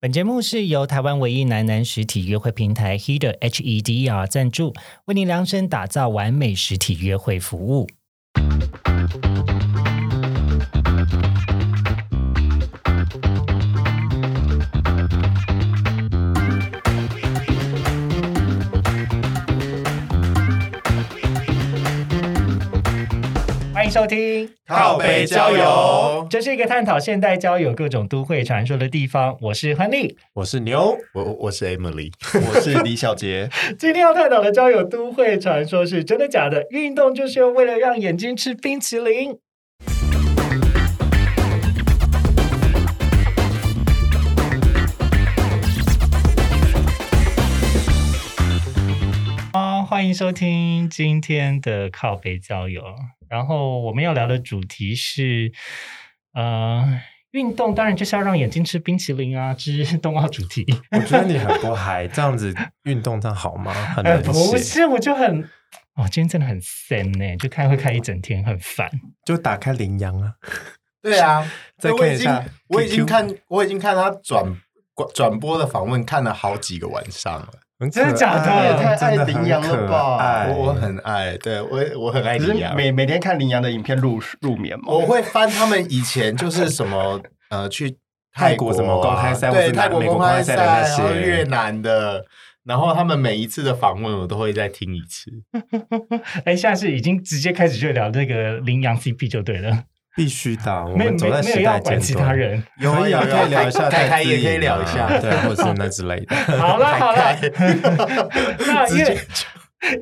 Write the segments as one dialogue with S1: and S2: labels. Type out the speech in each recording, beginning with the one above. S1: 本节目是由台湾唯一男男实体约会平台 Heder H E D E R 赞助，为您量身打造完美实体约会服务。欢迎收听，
S2: 靠北交友，
S1: 这是一个探讨现代交友各种都会传说的地方。我是亨利，
S2: 我是牛，
S3: 我我是 Emily，
S2: 我是李小杰。
S1: 今天要探讨的交友都会传说是真的假的？运动就是为了让眼睛吃冰淇淋。啊，欢迎收听今天的靠北交友。然后我们要聊的主题是，呃，运动当然就是要让眼睛吃冰淇淋啊，之冬奥主题。
S2: 我觉得你很不嗨，这样子运动这样好 吗？很
S1: 呃，
S2: 难
S1: 不
S2: 写，
S1: 是，我就很，哦，今天真的很 sad 呢、就开会开一整天，很烦。
S2: 就打开羚羊啊，
S3: 对啊，
S2: 再
S3: 我
S2: 看一
S3: 已
S2: 下
S3: 经我已经
S2: QQ
S3: 看我已经看他转转播的访问看了好几个晚上 了，
S2: 很
S1: 真的假的
S2: 可
S1: 哎
S2: 爱啊
S1: 也
S4: 太爱羚羊
S2: 真的很
S4: 了吧
S2: 可爱
S3: 我我很爱，对我我很爱
S4: 只是
S3: 羚羊，
S4: 每每天看羚羊的影片入入眠嘛。
S3: 我会翻他们以前就是什 么呃去
S2: 泰国
S3: 国
S2: 什么公开赛或
S3: 对
S2: 是哪
S3: 泰国
S2: 美国
S3: 公
S2: 公开
S3: 开赛，
S2: 赛的那
S3: 然后
S2: 些
S3: 越南的。然后他们每一次的访问，我都会再听一次。
S1: 哎，现在是已经直接开始就聊那个羚羊 CP 就对了，
S2: 必须的。我
S1: 没有
S2: 们
S1: 没
S2: 走
S1: 有
S2: 在
S1: 没有
S2: 时
S1: 要
S2: 代
S1: 管
S2: 尖
S1: 其他
S2: 端。
S1: 人。
S2: 有啊有啊，可以聊一下
S3: 凯凯
S2: 戴资
S3: 也可以
S2: 颖
S3: 聊
S2: 啊
S3: 一下
S2: 对啊，或是那之类 的。
S1: 好了好了， 那
S3: 直
S1: 因为
S3: 接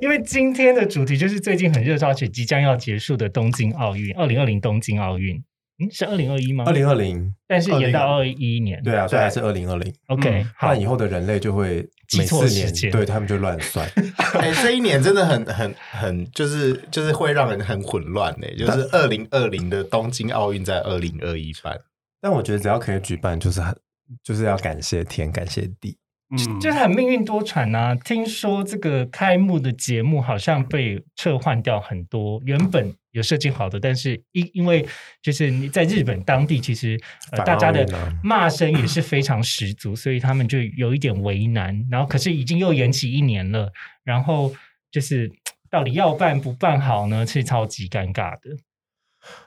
S1: 因为今天的主题就是最近很热烧，而且即将要结束的东京奥运，二零二零东京奥运，嗯，是二零二一吗？
S2: 二，零二零，
S1: 但是延到二
S3: 2020
S1: 一年。
S2: 对啊，所以
S3: 对
S2: 还是二零二零。
S1: ，OK，
S4: 嗯
S2: 不
S1: 好
S2: 然，以后的人类就会
S1: 记
S2: 每
S1: 错
S2: 四
S1: 时间
S2: 年，对他们就 乱算。
S3: 哎、这一年真的很很很，就是就是会让人很混乱呢、就是二零二零的东京奥运在二零二一办，
S2: 但我觉得只要可以举办，就是很就是要感谢天，感谢地。
S4: 嗯，
S1: 就是很命运多舛啊！听说这个开幕的节目好像被撤换掉很多，原本有设计好的，但是因因为就是你在日本当地，其实、呃、
S2: 反
S1: 大家
S2: 奥运
S1: 的
S2: 啊
S1: 骂声也是非常十足，所以他们就有一点为难。然后可是已经又延期一年了，然后就是嘖到底要办不办好呢？是超级尴尬的。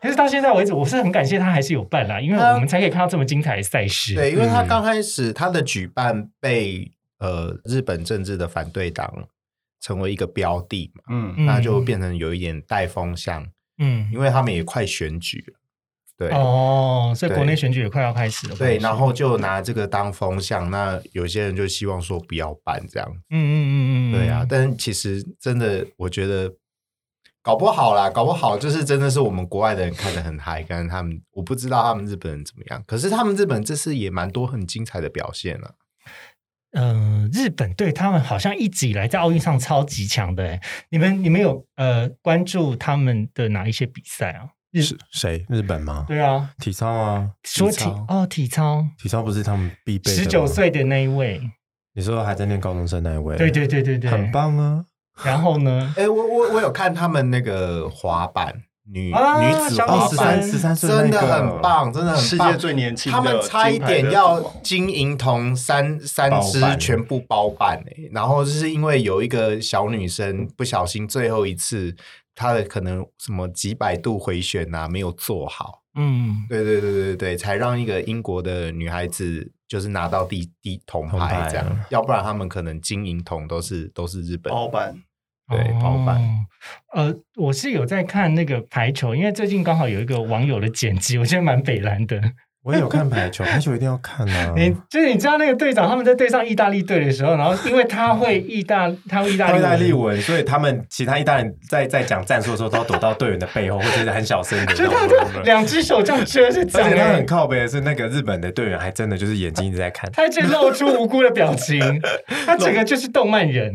S1: 但是到现在为止，我是很感谢他还是有办啦，因为
S3: 他
S1: 我们才可以看到这么精彩的赛事。
S3: 对，因为他
S2: 嗯
S3: 刚开始他的举办被呃日本政治的反对党成为一个标的嘛，
S4: 嗯
S1: 嗯
S3: 那就变成有一点带风向，
S1: 嗯
S3: 因。为他们也快选举了，对。
S1: 哦，所以国内
S3: 对
S1: 选举也快要开始了。
S3: 对，
S1: 不好意思
S3: 然后就拿这个当风向，那有些人就希望说不要办这样
S1: 嗯嗯嗯嗯，
S3: 对啊，但其实真的，我觉得搞不好啦，搞不好就是真的是我们国外的人看得很嗨，跟他们我不知道他们日本人怎么样，可是他们日本这次也蛮多很精彩的表现啊。
S1: 嗯、呃，日本对他们好像一直以来在奥运上超级强的欸。你们你们有呃关注他们的哪一些比赛啊？日
S2: 是谁？日本吗？
S1: 对啊，
S2: 体操啊，
S1: 说体
S2: 体操
S1: 哦体操，
S2: 体操不是他们必备的吗
S1: 十九，岁的那一位，
S2: 你说还在念高中生那一位，
S1: 对对对对对，
S2: 很。棒啊！
S1: 然后呢？
S3: 哎、我我我有看他们那个滑板女、
S1: 啊
S3: 女子
S1: 小
S3: 滑
S2: 哦，
S1: 女
S2: 十
S1: 生
S3: 板
S2: 三十三岁那
S3: 真
S2: 一
S3: 的
S2: 个
S3: 很，棒，真的很
S4: 世
S3: 棒
S4: 界最年轻的
S3: 他们差一点要金银铜三三
S2: 包
S3: 支
S2: 办
S3: 全部包办、欸、然后就是因为有一个小女生不小心最后一次，她的可能什么几百度回旋啊没有做好，
S1: 嗯，
S3: 对对对对对，才让一个英国的女孩子就是拿到第第铜
S2: 铜牌
S3: 牌这样，
S2: 啊
S3: 要不然他们可能金银铜都是都是日本
S4: 包办，
S3: 对包办
S1: 哦。呃，我是有在看那个排球，因为最近刚好有一个网友的剪辑， 我觉得蛮北蓝的。
S2: 我也有看排 球，排球一定要看 啊！
S1: 你就是你知道那个队长他们在对上意大利队的时候，然后因为他会意大，他会意大利
S2: 意
S1: 文
S2: 大利文，所以他们其他意大利人在在讲战术的时候，都要躲到队员的背后，或者是很小声的
S1: 就他就两只手这样遮着讲
S2: 而且他
S1: 欸
S2: 很，靠背的是，那个日本的队员还真的就是眼睛一直在看。啊
S1: 他就露出无辜的表 情，他整个就是动漫人，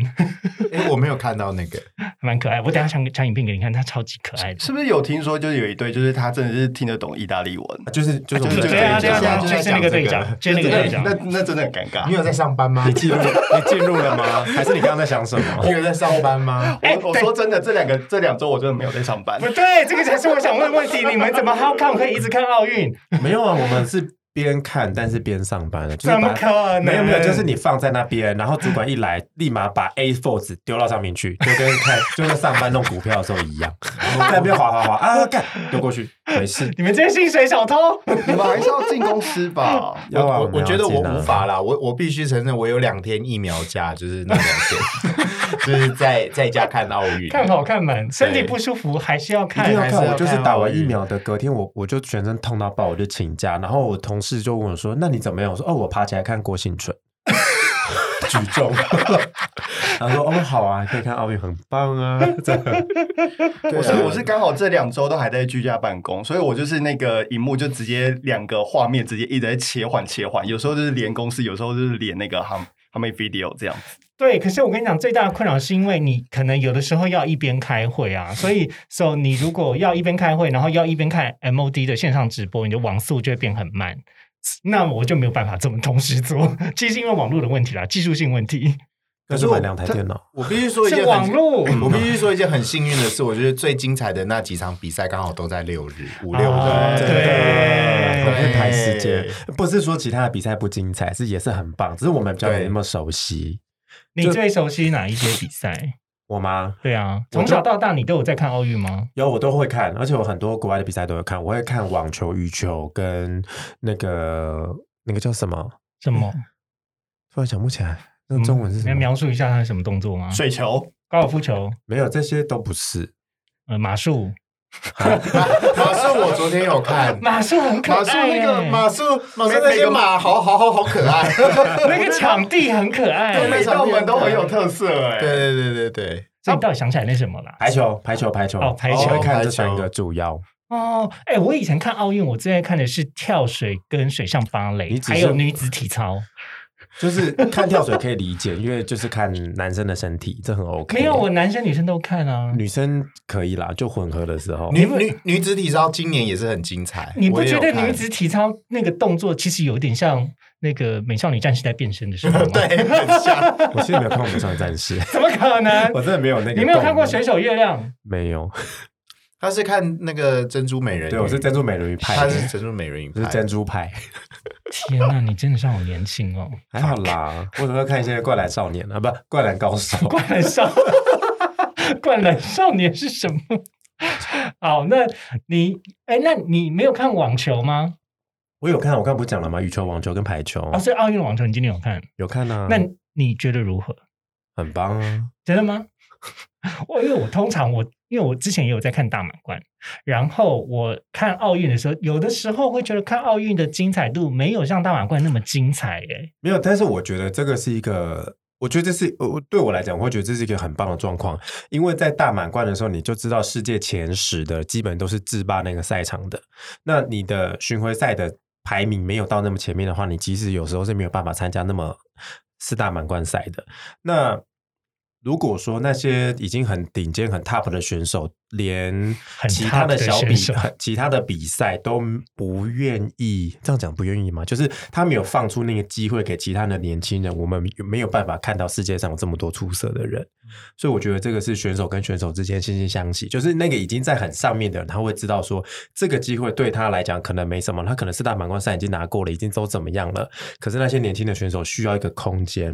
S3: 诶我没有看到那个，
S1: 蛮可爱。我等一下传传影片给你看，他超级可爱的。
S4: 是不是有听说就是有一对，就是他真的是听得懂意大利文，
S2: 就是就是我们
S4: 就是
S2: 的
S4: 这
S1: 对
S2: 队
S1: 啊，
S2: 长
S1: 对啊，对啊，
S3: 就
S1: 就是是那个
S3: 讲这
S1: 队
S3: 个
S1: 长，就是那个队长
S4: 那。那真的很尴尬
S3: 你。有在上班吗？
S2: 你进入你进入了吗？还是你刚刚在想什么
S3: 你？有在上班吗？
S1: 哎
S4: 我我说真的，这两个这两周我真的没有在上班
S1: 不。对，这个才是我想问的问题。你们怎么 how come 可以一直看奥运？
S2: 没有啊，我们是边看，但是边上班了，就是
S1: 怎么
S2: 把
S1: 可能？
S2: 没有没有，就是你放在那边，然后主管一来，立马把 A4 纸丢到上面去，就跟看就跟上班弄股票的时候 一样，在那边划划划啊，干丢过去，没事。？
S1: 你们这些薪水小偷，
S4: 你们还是要进公司吧
S2: 要啊
S3: 我我觉得我无。
S2: 们要进啊
S3: 法啦，我我必须承认，我有两天疫苗假，就是那两天， 就是在在家看奥运，
S1: 看好看满，身体不舒服还是要
S2: 一
S1: 看
S2: 定要
S3: 还是
S2: 看，
S3: 要
S2: 我就是
S3: 看啊
S2: 打
S3: 奥
S2: 完疫
S3: 运
S2: 苗的隔天，我我就全身痛到爆，我就请假。然后我同事就问我说：“那你怎么样？”我说：“哦，我爬起来看郭幸 存举重。” 他说：“哦，好啊，可以看奥运，很棒啊。”这样
S4: 我是我是刚好这两周都还在居家办公，所以我就是那个荧幕就直接两个画面直接一直在切换切换，有时候就是连公司，有时候就是连那个 hum hum video 这样子。
S1: 对，可是我跟你讲，最大的困扰是因为你可能有的时候要一边开会啊，所以 so 你如果要一边开会，然后要一边看 MOD 的线上直播，你的网速就会变很慢。那我就没有办法这么同时做， 其实因为网络的问题啦，技术性问题
S2: 那就买两台电脑，
S3: 我必须说一
S1: 是
S3: 件
S1: 网
S3: 很，
S1: 络。
S3: 我必须说一件很幸运的事，我觉得最精彩的那几场比赛刚好都在六日、五六
S1: 啊
S3: 日，
S1: 对
S3: 真的
S2: 我们排时间
S3: 对，
S2: 不是说其他的比赛不精彩，是也是很棒，只是我们比较没
S3: 对
S2: 那么熟悉。
S1: 你最熟悉哪一些比赛？
S2: 我吗？
S1: 对啊，
S2: 我就
S1: 从小到大你都有在看奥运吗？
S2: 有，我都会看，而且我很多国外的比赛都会看，我会看网球、羽球跟那个那个叫什么？
S1: 什么？
S2: 突然想不起来，那嗯个中文是
S1: 你
S2: 什
S1: 能
S2: 么？
S1: 描述一下它是什么动作吗？
S4: 水球，
S1: 高尔夫球、
S2: 没有，这些都不是。
S1: 呃，马术，
S3: 马术我昨天有看，
S1: 马术很可爱、
S3: 马术那个
S1: 欸
S3: 马术马术那些马好好好好可爱，
S1: 那个场地很可爱。
S3: 对
S4: 每
S3: 那
S4: 道门都很有特色哎、
S3: 对对对对对，
S1: 所以你到底想起来那什么啦？
S2: 排球，排球，排球，
S1: 哦排
S2: 我
S1: 球
S2: 会看这
S3: 排球
S2: 三个主要。
S1: 哦，哎、我以前看奥运，我最爱看的是跳水跟水上芭
S2: 你
S1: 蕾，
S2: 只是
S1: 还有女子体操。
S2: 就是看跳水可以理解，因为就是看男生的身体，这很 OK。
S1: 没有，我男生女生都看啊。
S2: 女生可以啦，就混合的时候。
S3: 女女女子体操今年也是很精彩，
S1: 你不
S3: 我也
S1: 觉
S3: 有
S1: 得
S3: 看
S1: 女子体操那个动作其实有点像那个美少女战士在变身的时候吗？，，
S3: 对很像？
S2: 我其实没有看过《美少女战士》
S1: 怎么可能？
S2: 我真的没有那个。
S1: 你没有看过《水？手月亮》？
S2: 没有。
S3: 他是看那个珍珠美人鱼，
S2: 对，我是珍珠美人鱼派
S3: 他
S2: 的，
S3: 是珍珠美人鱼
S2: 我
S3: 派
S2: 是 珍珠派，
S1: 天哪、你真的让我年轻哦！
S2: 还好啦。 我只会看一些《灌篮少年》啊，不，《灌篮高手》。
S1: 灌篮少，灌篮少年是什么？ 好，那你哎，那你没有看网球吗？
S2: 我有看，我刚不是讲了吗？羽球、网球跟排球
S1: 哦，所以奥运网球你今天有看？
S2: 有看啊。
S1: 那你觉得如何？
S2: 很棒啊。
S1: 真的吗？ 我因为我通常我因为我之前也有在看大满贯，然后我看奥运的时候，有的时候会觉得看奥运的精彩度没有像大满贯那么精彩耶。
S2: 没有，但是我觉得这个是一个，我觉得这是我对我来讲，我会觉得这是一个很棒的状况，因为在大满贯的时候，你就知道世界前十的基本都是制霸那个赛场的，那你的巡回赛的排名没有到那么前面的话，你其实有时候是没有办法参加那么四大满贯赛的。那如果说那些已经很顶尖、很 top 的选手，连
S1: 很
S2: 其他
S1: top 的
S2: 小比
S1: 选手、
S2: 其他的比赛都不愿意，这样讲不愿意吗？就是他没有放出那个机会给其他的年轻人，我们没有办法看到世界上有这么多出色的人。所以我觉得这个是选手跟选手之间惺惺相惜，就是那个已经在很上面的人，他会知道说这个机会对他来讲可能没什么，他可能四大满贯赛已经拿过了，已经都怎么样了。可是那些年轻的选手需要一个空间，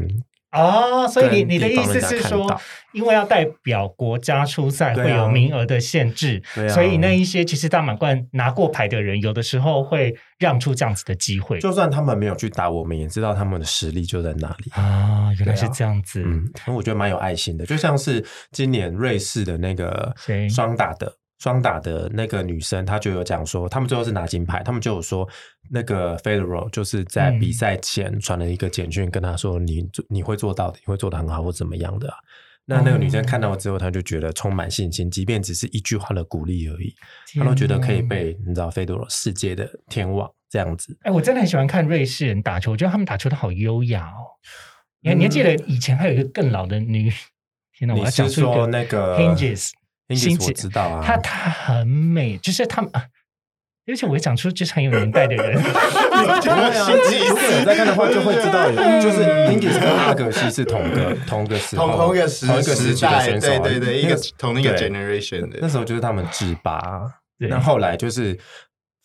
S1: 哦，所以你
S2: 跟
S1: 你的
S2: 地
S1: 意
S2: 方
S1: 思
S2: 人家
S1: 是
S2: 看
S1: 说
S2: 到，
S1: 因为要代表国家出赛，
S2: 对啊
S1: 会有名额的限制，
S2: 对啊
S1: 所以那一些其实大满贯拿过牌的人，有的时候会让出这样子的机会。
S2: 就算他们没有去打，我们也知道他们的实力就在那里。
S1: 啊，原来是
S2: 对啊
S1: 这样子。
S2: 嗯，反正我觉得蛮有爱心的，就像是今年瑞士的那个
S1: 谁
S2: 双打的双打的那个女生，她就有讲说，他们最后是拿金牌，他们就有说，那个 Federer 就是在
S1: 嗯
S2: 比赛前传了一个简讯跟她说，你你会做到的，你会做的很好，或怎么样的啊、那那个女
S1: 哦
S2: 生看到之后，她就觉得充满信心，即便只是一句话的鼓励而已，她都觉得可以
S1: 天哪
S2: 被你知道 Federer 世界的天王这样子。
S1: 哎、我真的很喜欢看瑞士人打球，我觉得他们打球都好优雅哦。你还你还记得以前还有一个更老的女？天哪，我
S2: 嗯你
S1: 要讲
S2: 是
S1: 出一个
S2: 说那个
S1: Hinges，
S2: Hinges 我知道啊，
S1: 她她很美，就是他们，啊而且我也讲出就是很有年代的 人。
S2: 啊
S3: 啊
S2: 如果有在看的话，就会知道有，就是 i n g i s 跟阿格西是同 个同个时候
S3: 同同一个时
S2: 同一个时
S3: 时
S2: 期的
S3: 代，
S2: 选手啊，
S3: 对对对，一
S2: 那
S3: 个同一个
S2: 对
S3: generation
S2: 那
S3: 的。
S2: 时候就是他们制霸啊，
S1: 对
S2: 那后来就是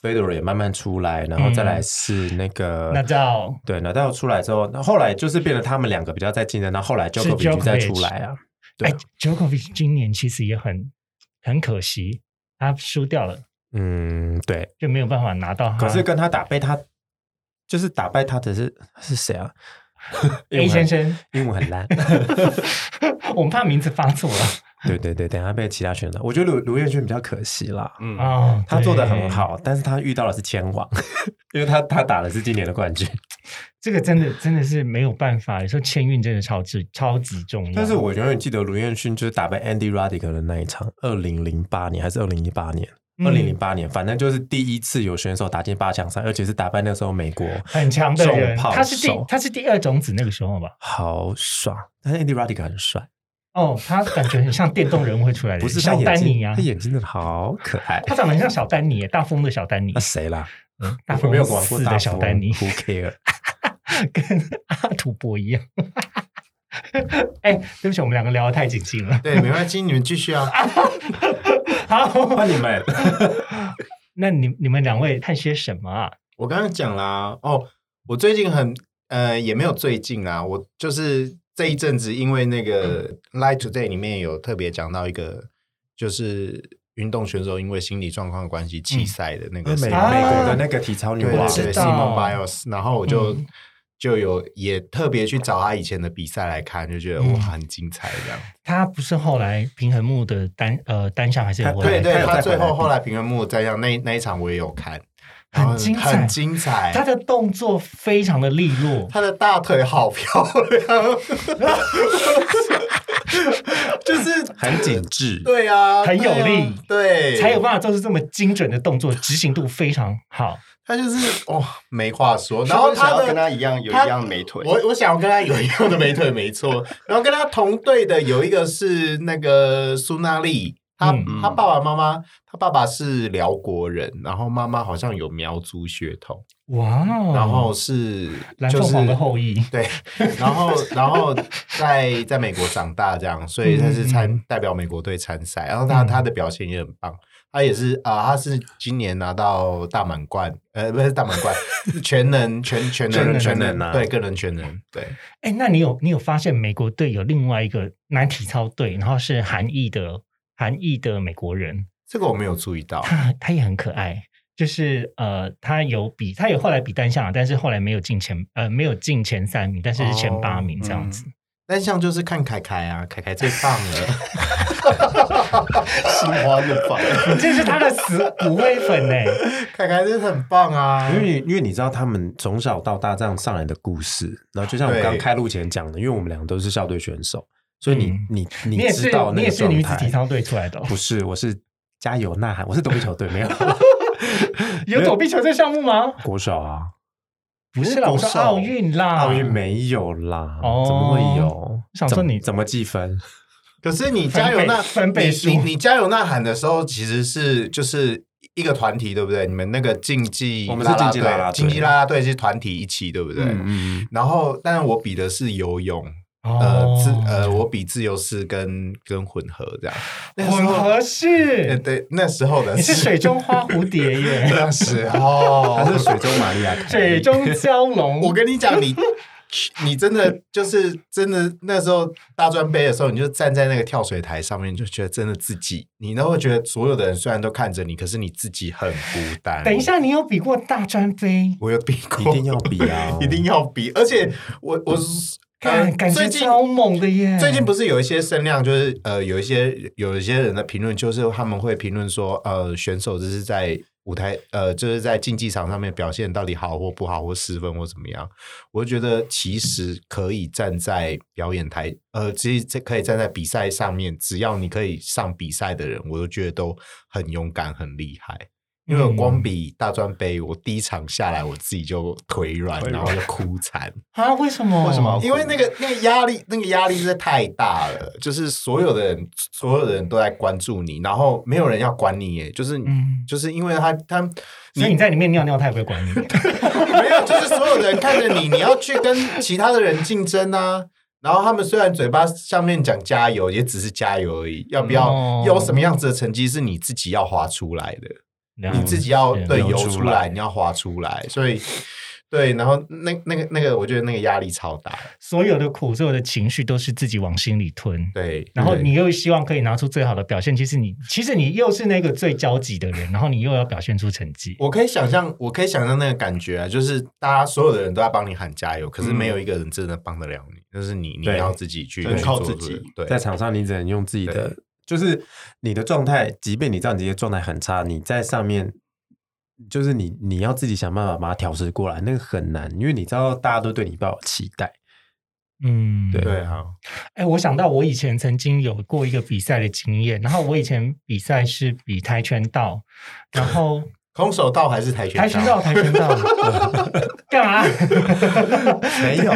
S2: Federer 也慢慢出来，然后再来是那个、
S1: 那叫
S2: 对，纳豆出来之后，那后来就是变得他们两个比较在竞争，那后来 j o k o v i c 再出来啊，对
S1: 哎
S2: 啊，
S1: ，Djokovic 今年其实也很很可惜，他输掉了，
S2: 嗯，对。
S1: 就没有办法拿到他。
S2: 可是跟他打被他就是打败他的是是谁啊
S1: A 先，生，
S2: 英文很英文很烂。
S1: 我们怕名字发错了
S2: 对对对，等一下被其他选手，我觉得卢卢彦勋比较可惜啦。
S4: 嗯，
S1: 哦，
S2: 他做的
S1: 对
S2: 很，好，但是他遇到的是千王，因为他他打的是今年的冠军。
S1: 啊这个真的真的是没有办法，有时候签运真的超级超级重要。
S2: 但是我永远记得卢彦勋就是打败 Andy Roddick 的那一场，二零零八年还是二零一八年？
S1: 嗯
S2: 二零零八年，反正就是第一次有选手打进八强赛，而且是打败那时候美国，
S1: 很强的人，
S2: 重炮
S1: 他是第
S2: 手
S1: 他是第二种子那个时候吧？
S2: 好爽。但是 Andy Roddick 很帅，
S1: 哦，他感觉很像电动人物会出来的人，
S2: 不是他
S1: 小丹
S2: 眼
S1: 尼
S2: 睛，
S1: 啊
S2: 他，眼睛真的好可爱。
S1: 他长得很像小丹尼，大风的小丹尼
S2: 那，谁啦？
S1: 大
S2: 我
S1: 风
S2: 啊没有玩过
S1: 四
S2: 大
S1: 的小丹尼，
S2: ，Who care？
S1: 跟阿土伯一样。哎，对不起，我们两个聊得太尽兴了。
S3: 对，没关系，你们继续啊。
S1: 好，
S2: 那你们
S1: 那你你们两位看些什么啊？
S3: 我刚刚讲啦，哦，我最近很呃，也没有最近啊，我就是这一阵子，因为那个《Live Today》里面有特别讲到一个，就是运动选手因为心理状况的关系弃赛的那
S2: 美
S3: 个事
S2: 嗯美
S3: 情、
S1: 啊
S2: 国的那个体操女
S3: 对
S2: 王
S1: 我，知
S3: 对对
S1: 道
S3: Simone Biles，然后我就、
S1: 嗯
S3: 就有也特别去找他以前的比赛来看，就觉得、
S1: 嗯
S3: 哇，很精彩这样。
S1: 他不是后来平衡木的单呃单项还是有回来
S3: 对
S1: 的
S3: 对，
S2: 有
S3: 他
S2: 再
S3: 最
S2: 回来
S3: 后
S2: 比
S3: 后来平衡木再样那那一场我也有看，
S1: 很
S3: 然后
S1: 精彩
S3: 很精彩。
S1: 他的动作非常的利落，
S3: 他的大腿好漂 亮，
S2: 就是很紧致。
S3: 对啊，
S1: 很有
S3: 对啊
S1: 力
S3: 对，
S1: 才有办法做出这么精准的动作， 执行度非常好。
S3: 他就是哦，没话说。然
S4: 然后
S3: 后
S4: 他
S3: 他
S4: 要
S3: 的
S4: 跟他一样有一
S3: 他
S4: 样美腿，
S3: 我我想要跟他有一样的美腿，没错。然后跟他同队的有一个是那个苏娜丽，他、
S1: 嗯
S3: 他爸爸妈妈，他爸爸是辽国人，然后妈妈好像有苗族血统，
S1: 哇哦！
S3: 然后是
S1: 蓝
S3: 就
S1: 凤
S3: 是
S1: 凰的后裔，
S3: 对，然后然后在在美国长大这样，所以他是参代表美国队参赛，然后他
S1: 嗯
S3: 他的表现也很棒。他也是啊、他是今年拿到大满贯，呃，不是大满贯，全能全全
S2: 全
S3: 能
S2: 能
S3: 全
S2: 全
S3: 能
S2: 能啊
S3: 对，个人全能，对，
S1: 哎、那你有你有发现美国队有另外一个男体操队，然后是韩裔的韩裔的美国人，
S3: 这个我没有注意到。
S1: 他他也很可爱。就是呃，他有比他有后来比单项，啊但是后来没有进前呃没有进前三名，但是是前八
S3: 哦
S1: 名这样子。
S3: 单项就是看凯凯啊，凯凯最棒了，
S4: 心花怒放。
S3: 嗯
S1: 这是他的死骨灰粉哎、
S3: 凯凯真的很棒啊
S2: 因。为你因为你知道他们从小到大这样上来的故事，然后就像我
S3: 对
S2: 们刚开录前讲的，因为我们两个都是校队选手，所以你、
S1: 嗯
S2: 你
S1: 你
S2: 你
S1: 也是
S2: 知道
S1: 你
S2: 那
S1: 也
S2: 个
S1: 是
S2: 状
S1: 女子体
S2: 态，
S1: 操队出来的、哦，
S2: 不是我是加油呐喊，我是躲避球队没 有
S1: 有躲避球这项目吗？
S2: 国手啊，
S1: 不是啦，我
S4: 国
S1: 说
S4: 手
S1: 奥运啦，
S2: 奥运没有啦，
S1: 啊哦
S2: 怎么会有？
S1: 想说
S2: 怎么
S1: 你
S2: 怎么 计分？
S3: 可是你加油呐
S1: 翻倍翻倍
S3: 你
S1: 数
S3: 你你加油呐喊的时候，其实是就是一个团体，对不对？你们那个竞技
S2: 我们是竞技啦
S3: 啦
S2: 啦队
S3: 竞技啦啦队是团体一起，对不对？
S2: 嗯嗯，
S3: 然后，但是我比的是游泳，
S1: 哦
S3: 呃，自呃，我比自由式跟跟混合这样。那个时
S1: 混
S3: 候
S1: 合
S3: 呃
S1: 式，
S3: 对，那时候 的
S1: 你是水中花蝴蝶耶。
S3: 那时哦候
S2: 他是水中玛利亚凯 莉，
S1: 水中蛟龙，
S3: 我跟你讲，你你真的就是真的那时候大专杯的时候，你就站在那个跳水台上面，你就觉得真的自己，你都会觉得所有的人虽然都看着你，可是你自己很孤单。
S1: 等一，下，你有比过大专杯？
S3: 我有比
S2: 一
S3: 过，，
S2: 定要比 啊
S3: 一定要比，而且我我
S1: 看，
S3: 呃
S1: 感觉
S3: 最近
S1: 超猛的耶！
S3: 最近不是有一些声量，就是呃，有一些有一些人的评论，呃就是他们会评论说，呃，选手这是在舞台，呃，就是在竞技场上面表现到底好或不好，或失分或怎么样。我觉得其实可以站在表演台，呃，其实这可以站在比赛上面，只要你可以上比赛的人，我都觉得都很勇敢、很厉害。因为我光比大专杯，我第一场下来，我自己就腿软，然后就哭惨。
S1: 啊，为什么？
S4: 为什么
S3: 哦因为那个那个压力，那个压力实在太大了，就是所有的人，所有的人都在关注你，然后没有人要管你，耶，就是、
S1: 嗯
S3: 就是因为他他
S1: 所以你在里面尿尿，他也不会管你。
S3: 没有，就是所有人看着你，你要去跟其他的人竞争啊。然后他们虽然嘴巴上面讲加油，也只是加油而已，要不要、
S1: 哦
S3: 有什么样子的成绩是你自己要划出来的？
S1: 然后
S3: 你自己要
S1: 是
S3: 对
S2: 流
S3: 游
S2: 出
S3: 出
S2: 来
S3: 来，你要滑出来，所以对，然后那那个那个，我觉得那个压力超大，
S1: 所有的苦，所有的情绪都是自己往心里吞。
S3: 对，
S1: 然后
S3: 对
S1: 你又希望可以拿出最好的表现，其实你其实你又是那个最焦急的人，然后你又要表现出成绩。
S3: 我可以想象，我可以想象那个感觉啊，就是大家所有的人都在帮你喊加油，可是没有一个人真的帮得了你，就是你你
S2: 对
S3: 要自己去
S4: 对
S3: 去
S4: 靠
S3: 做
S4: 自
S3: 出
S4: 己
S3: 对，
S2: 在场上你只能用自己的，就是你的状态，即便你知道你这些状态很差，你在上面。就是你，你要自己想办法把它调试过来，那个很难，因为你知道大家都对你抱有期待。
S1: 嗯，
S2: 对
S3: 对啊，
S1: 哎，我想到我以前曾经有过一个比赛的经验，然后我以前比赛是比跆拳道，然后
S3: 空手道还是跆拳
S1: 跆拳道，跆拳 道，干嘛？
S2: 没有，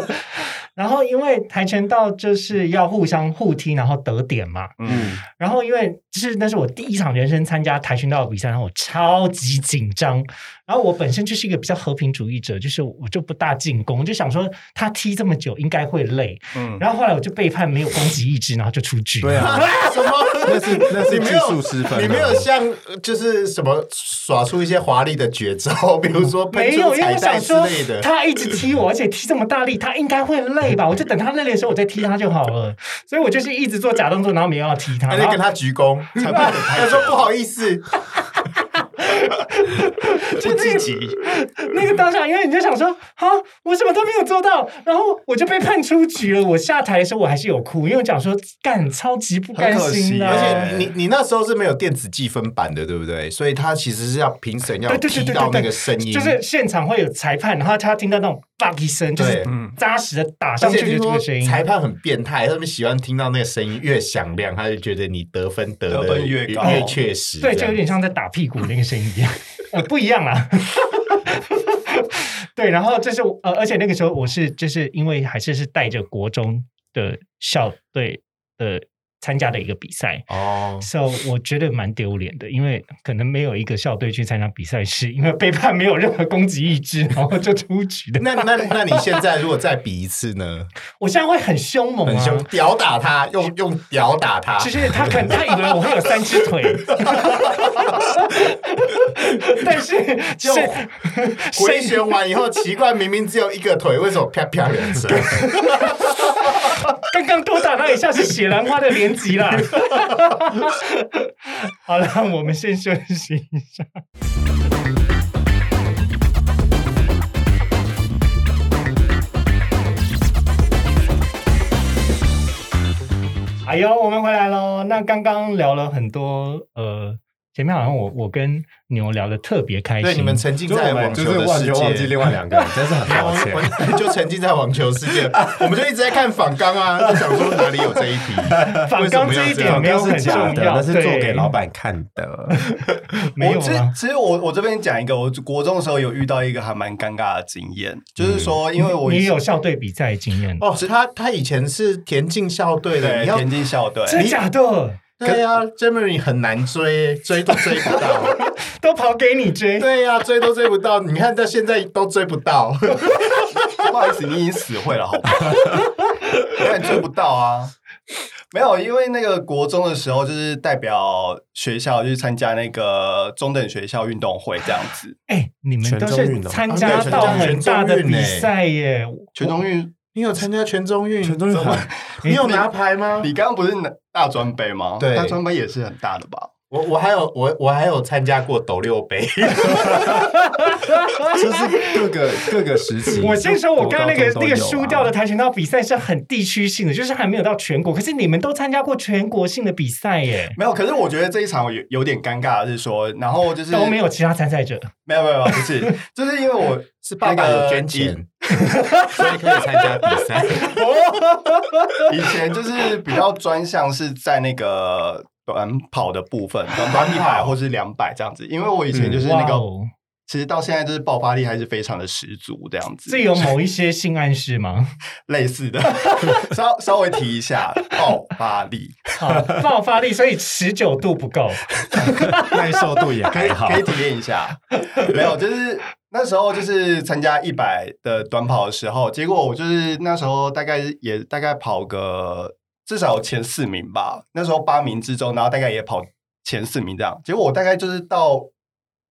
S1: 然后因为跆拳道就是要互相互踢，然后得点嘛。
S4: 嗯，
S1: 然后因为就是那是我第一场人生参加跆拳道的比赛，然后我超级紧张。然后我本身就是一个比较和平主义者，就是我就不大进攻，就想说他踢这么久应该会累。
S4: 嗯
S1: 然后后来我就被判没有攻击意志，然后就出局。
S2: 对啊，
S3: 什么？
S2: 那是那
S3: 你
S2: 是
S3: 没
S2: 技术
S3: 有
S2: 失分啊，
S3: 你没有像呃就是什么耍出一些华丽的绝 招，比如说喷
S1: 没
S3: 出
S1: 有，因为
S3: 彩
S1: 我想
S3: 带之
S1: 说
S3: 类的。
S1: 他一直踢我，而且踢这么大力，他应该会累吧？我就等他累的时候，我再踢他就好了。所以我就是一直做假动作，然后没有要踢他。
S3: 还
S1: 然
S3: 得
S1: 后
S3: 跟他鞠躬，裁判他说不好意思，
S4: 不积极，
S1: 那个当下，因为你就想说啊，我什么都没有做到，然后我就被判出局了。我下台的时候，我还是有哭，因为我讲说干超级不甘心啊的、
S4: 很可惜
S3: 而且
S4: 对
S3: 你你那时候是没有电子计分板的，对不对？所以他其实是要评审要
S1: 对对对
S3: 听
S1: 对
S3: 到
S1: 对
S3: 那
S1: 对，
S3: 个声音，
S1: 就是现场会有裁判，然后他听到那种 bang 一声，就是
S3: 对
S4: 嗯
S1: 扎实的打
S3: 而
S1: 上去
S3: 且
S1: 的
S3: 听
S1: 这
S3: 说
S1: 个声音。
S3: 裁判很变态，他们喜欢听到那个声音越响亮，他就觉得你得分得
S4: 得
S3: 的
S4: 分越高
S3: 越确实。
S1: 对，
S3: 这
S1: 就
S3: 样
S1: 有点像在打屁股那个声音一 样，呃，不一样啦。 对，然后这是我呃，而且那个时候我是就是因为还是是带着国中的校队的参加的一个比赛，
S3: 哦，
S1: so 我觉得蛮丢脸的，因为可能没有一个校队去参加比赛，是因为被判没有任何攻击意志，然后就出局的。
S3: 那那那你现在如果再比一次 呢？
S1: 我现在会很凶猛、啊，
S3: 很凶，屌打他，用用屌打他。
S1: 就是他可能他以为我会有三只 腿，但是
S3: 就是回旋完以后，奇怪，明明只有一个腿，为什么啪啪两 声？
S1: 刚刚多打那一下是雪兰花的连击啦。好了，我们先休息一下。哎呦，我们回来喽！那刚刚聊了很多，呃，前面好像我我跟牛聊的特别开心，
S3: 对，你们沉浸
S2: 就是
S3: 在
S2: 我们
S3: 网
S2: 就
S3: 球
S2: 是
S3: 的
S2: 完
S3: 世
S2: 全忘记
S3: 界。
S2: 另外两个人，真是很抱歉
S3: 我。们 就沉浸在网球世界，我们就一直在看仿纲啊，就想说哪里有这一 题。
S1: 反刚这一点
S2: 广
S1: 没有
S2: 告
S1: 很
S2: 是
S1: 重
S2: 假
S1: 要，
S2: 的，那是做
S1: 对
S2: 给老，板看的。
S1: 没有啊
S4: 我这
S1: 吗？
S4: 其实我我这边讲一个，我国中的时候有遇到一个还蛮尴尬的经验，就是说，因为我
S1: 嗯你有校队比赛的经验，
S3: 哦，他他以前是田径校队的，
S4: 对
S3: 你要
S4: 田径校队，
S1: 真假的
S3: 对呀、j e m e r y 很难追，追都追不 到。
S1: 都跑给你追，
S3: 对呀、追都追不到，你看到现在都追不 到。
S4: 不好意思，你已经死会了，好吧？那你追不到啊。没有，因为那个国中的时候，就是代表学校去参加那个中等学校运动会这样子。
S1: 哎，你们都是参加
S3: 全中运哦
S1: 到很大的比赛耶！
S4: 全中运，
S3: 你有参加全中运？
S2: 全中运
S3: 怎么
S2: 很
S3: 你
S1: 欸
S3: 有拿牌吗？
S4: 你刚刚不是拿大专杯吗？
S3: 对
S4: 大专杯也是很大的吧？
S3: 我我还有我我还有参加过斗六杯，
S1: 啊
S2: 就是各个各个时 期。
S1: 我先说，我刚刚那个
S2: 国
S1: 那
S2: 高中都有啊
S1: 个输掉的，跆拳道比赛是很地区性的，就是还没有到全国。可是你们都参加过全国性的比赛耶，
S4: 没有，可是我觉得这一场有有点尴尬，是说，然后就是
S1: 都没有其他参赛者。
S4: 没有没有没有不是，就是因为我
S3: 是爸爸有捐钱， 所以可以参加比 赛。
S4: 以前就是比较专项是在那个短跑的部分，短跑一百或是两百这样子。因为我以前就是那
S1: 哦哇
S4: 个，
S1: 哦，
S4: 其实到现在就是爆发力还是非常的十足这样子
S1: 这。有某一些性暗示吗？
S4: 类似的，稍稍微提一下爆发力，
S1: 好，爆发力，所以持久度不够。
S2: 耐受度也
S4: 可以
S2: 还好
S4: 可。以体验一下。 没有，就是那时候就是参加一百的短跑的时候，结果我就是那时候大概也大概跑个至少有前四名吧，那时候八名之中，然后大概也跑前四名这样。结果我大概就是到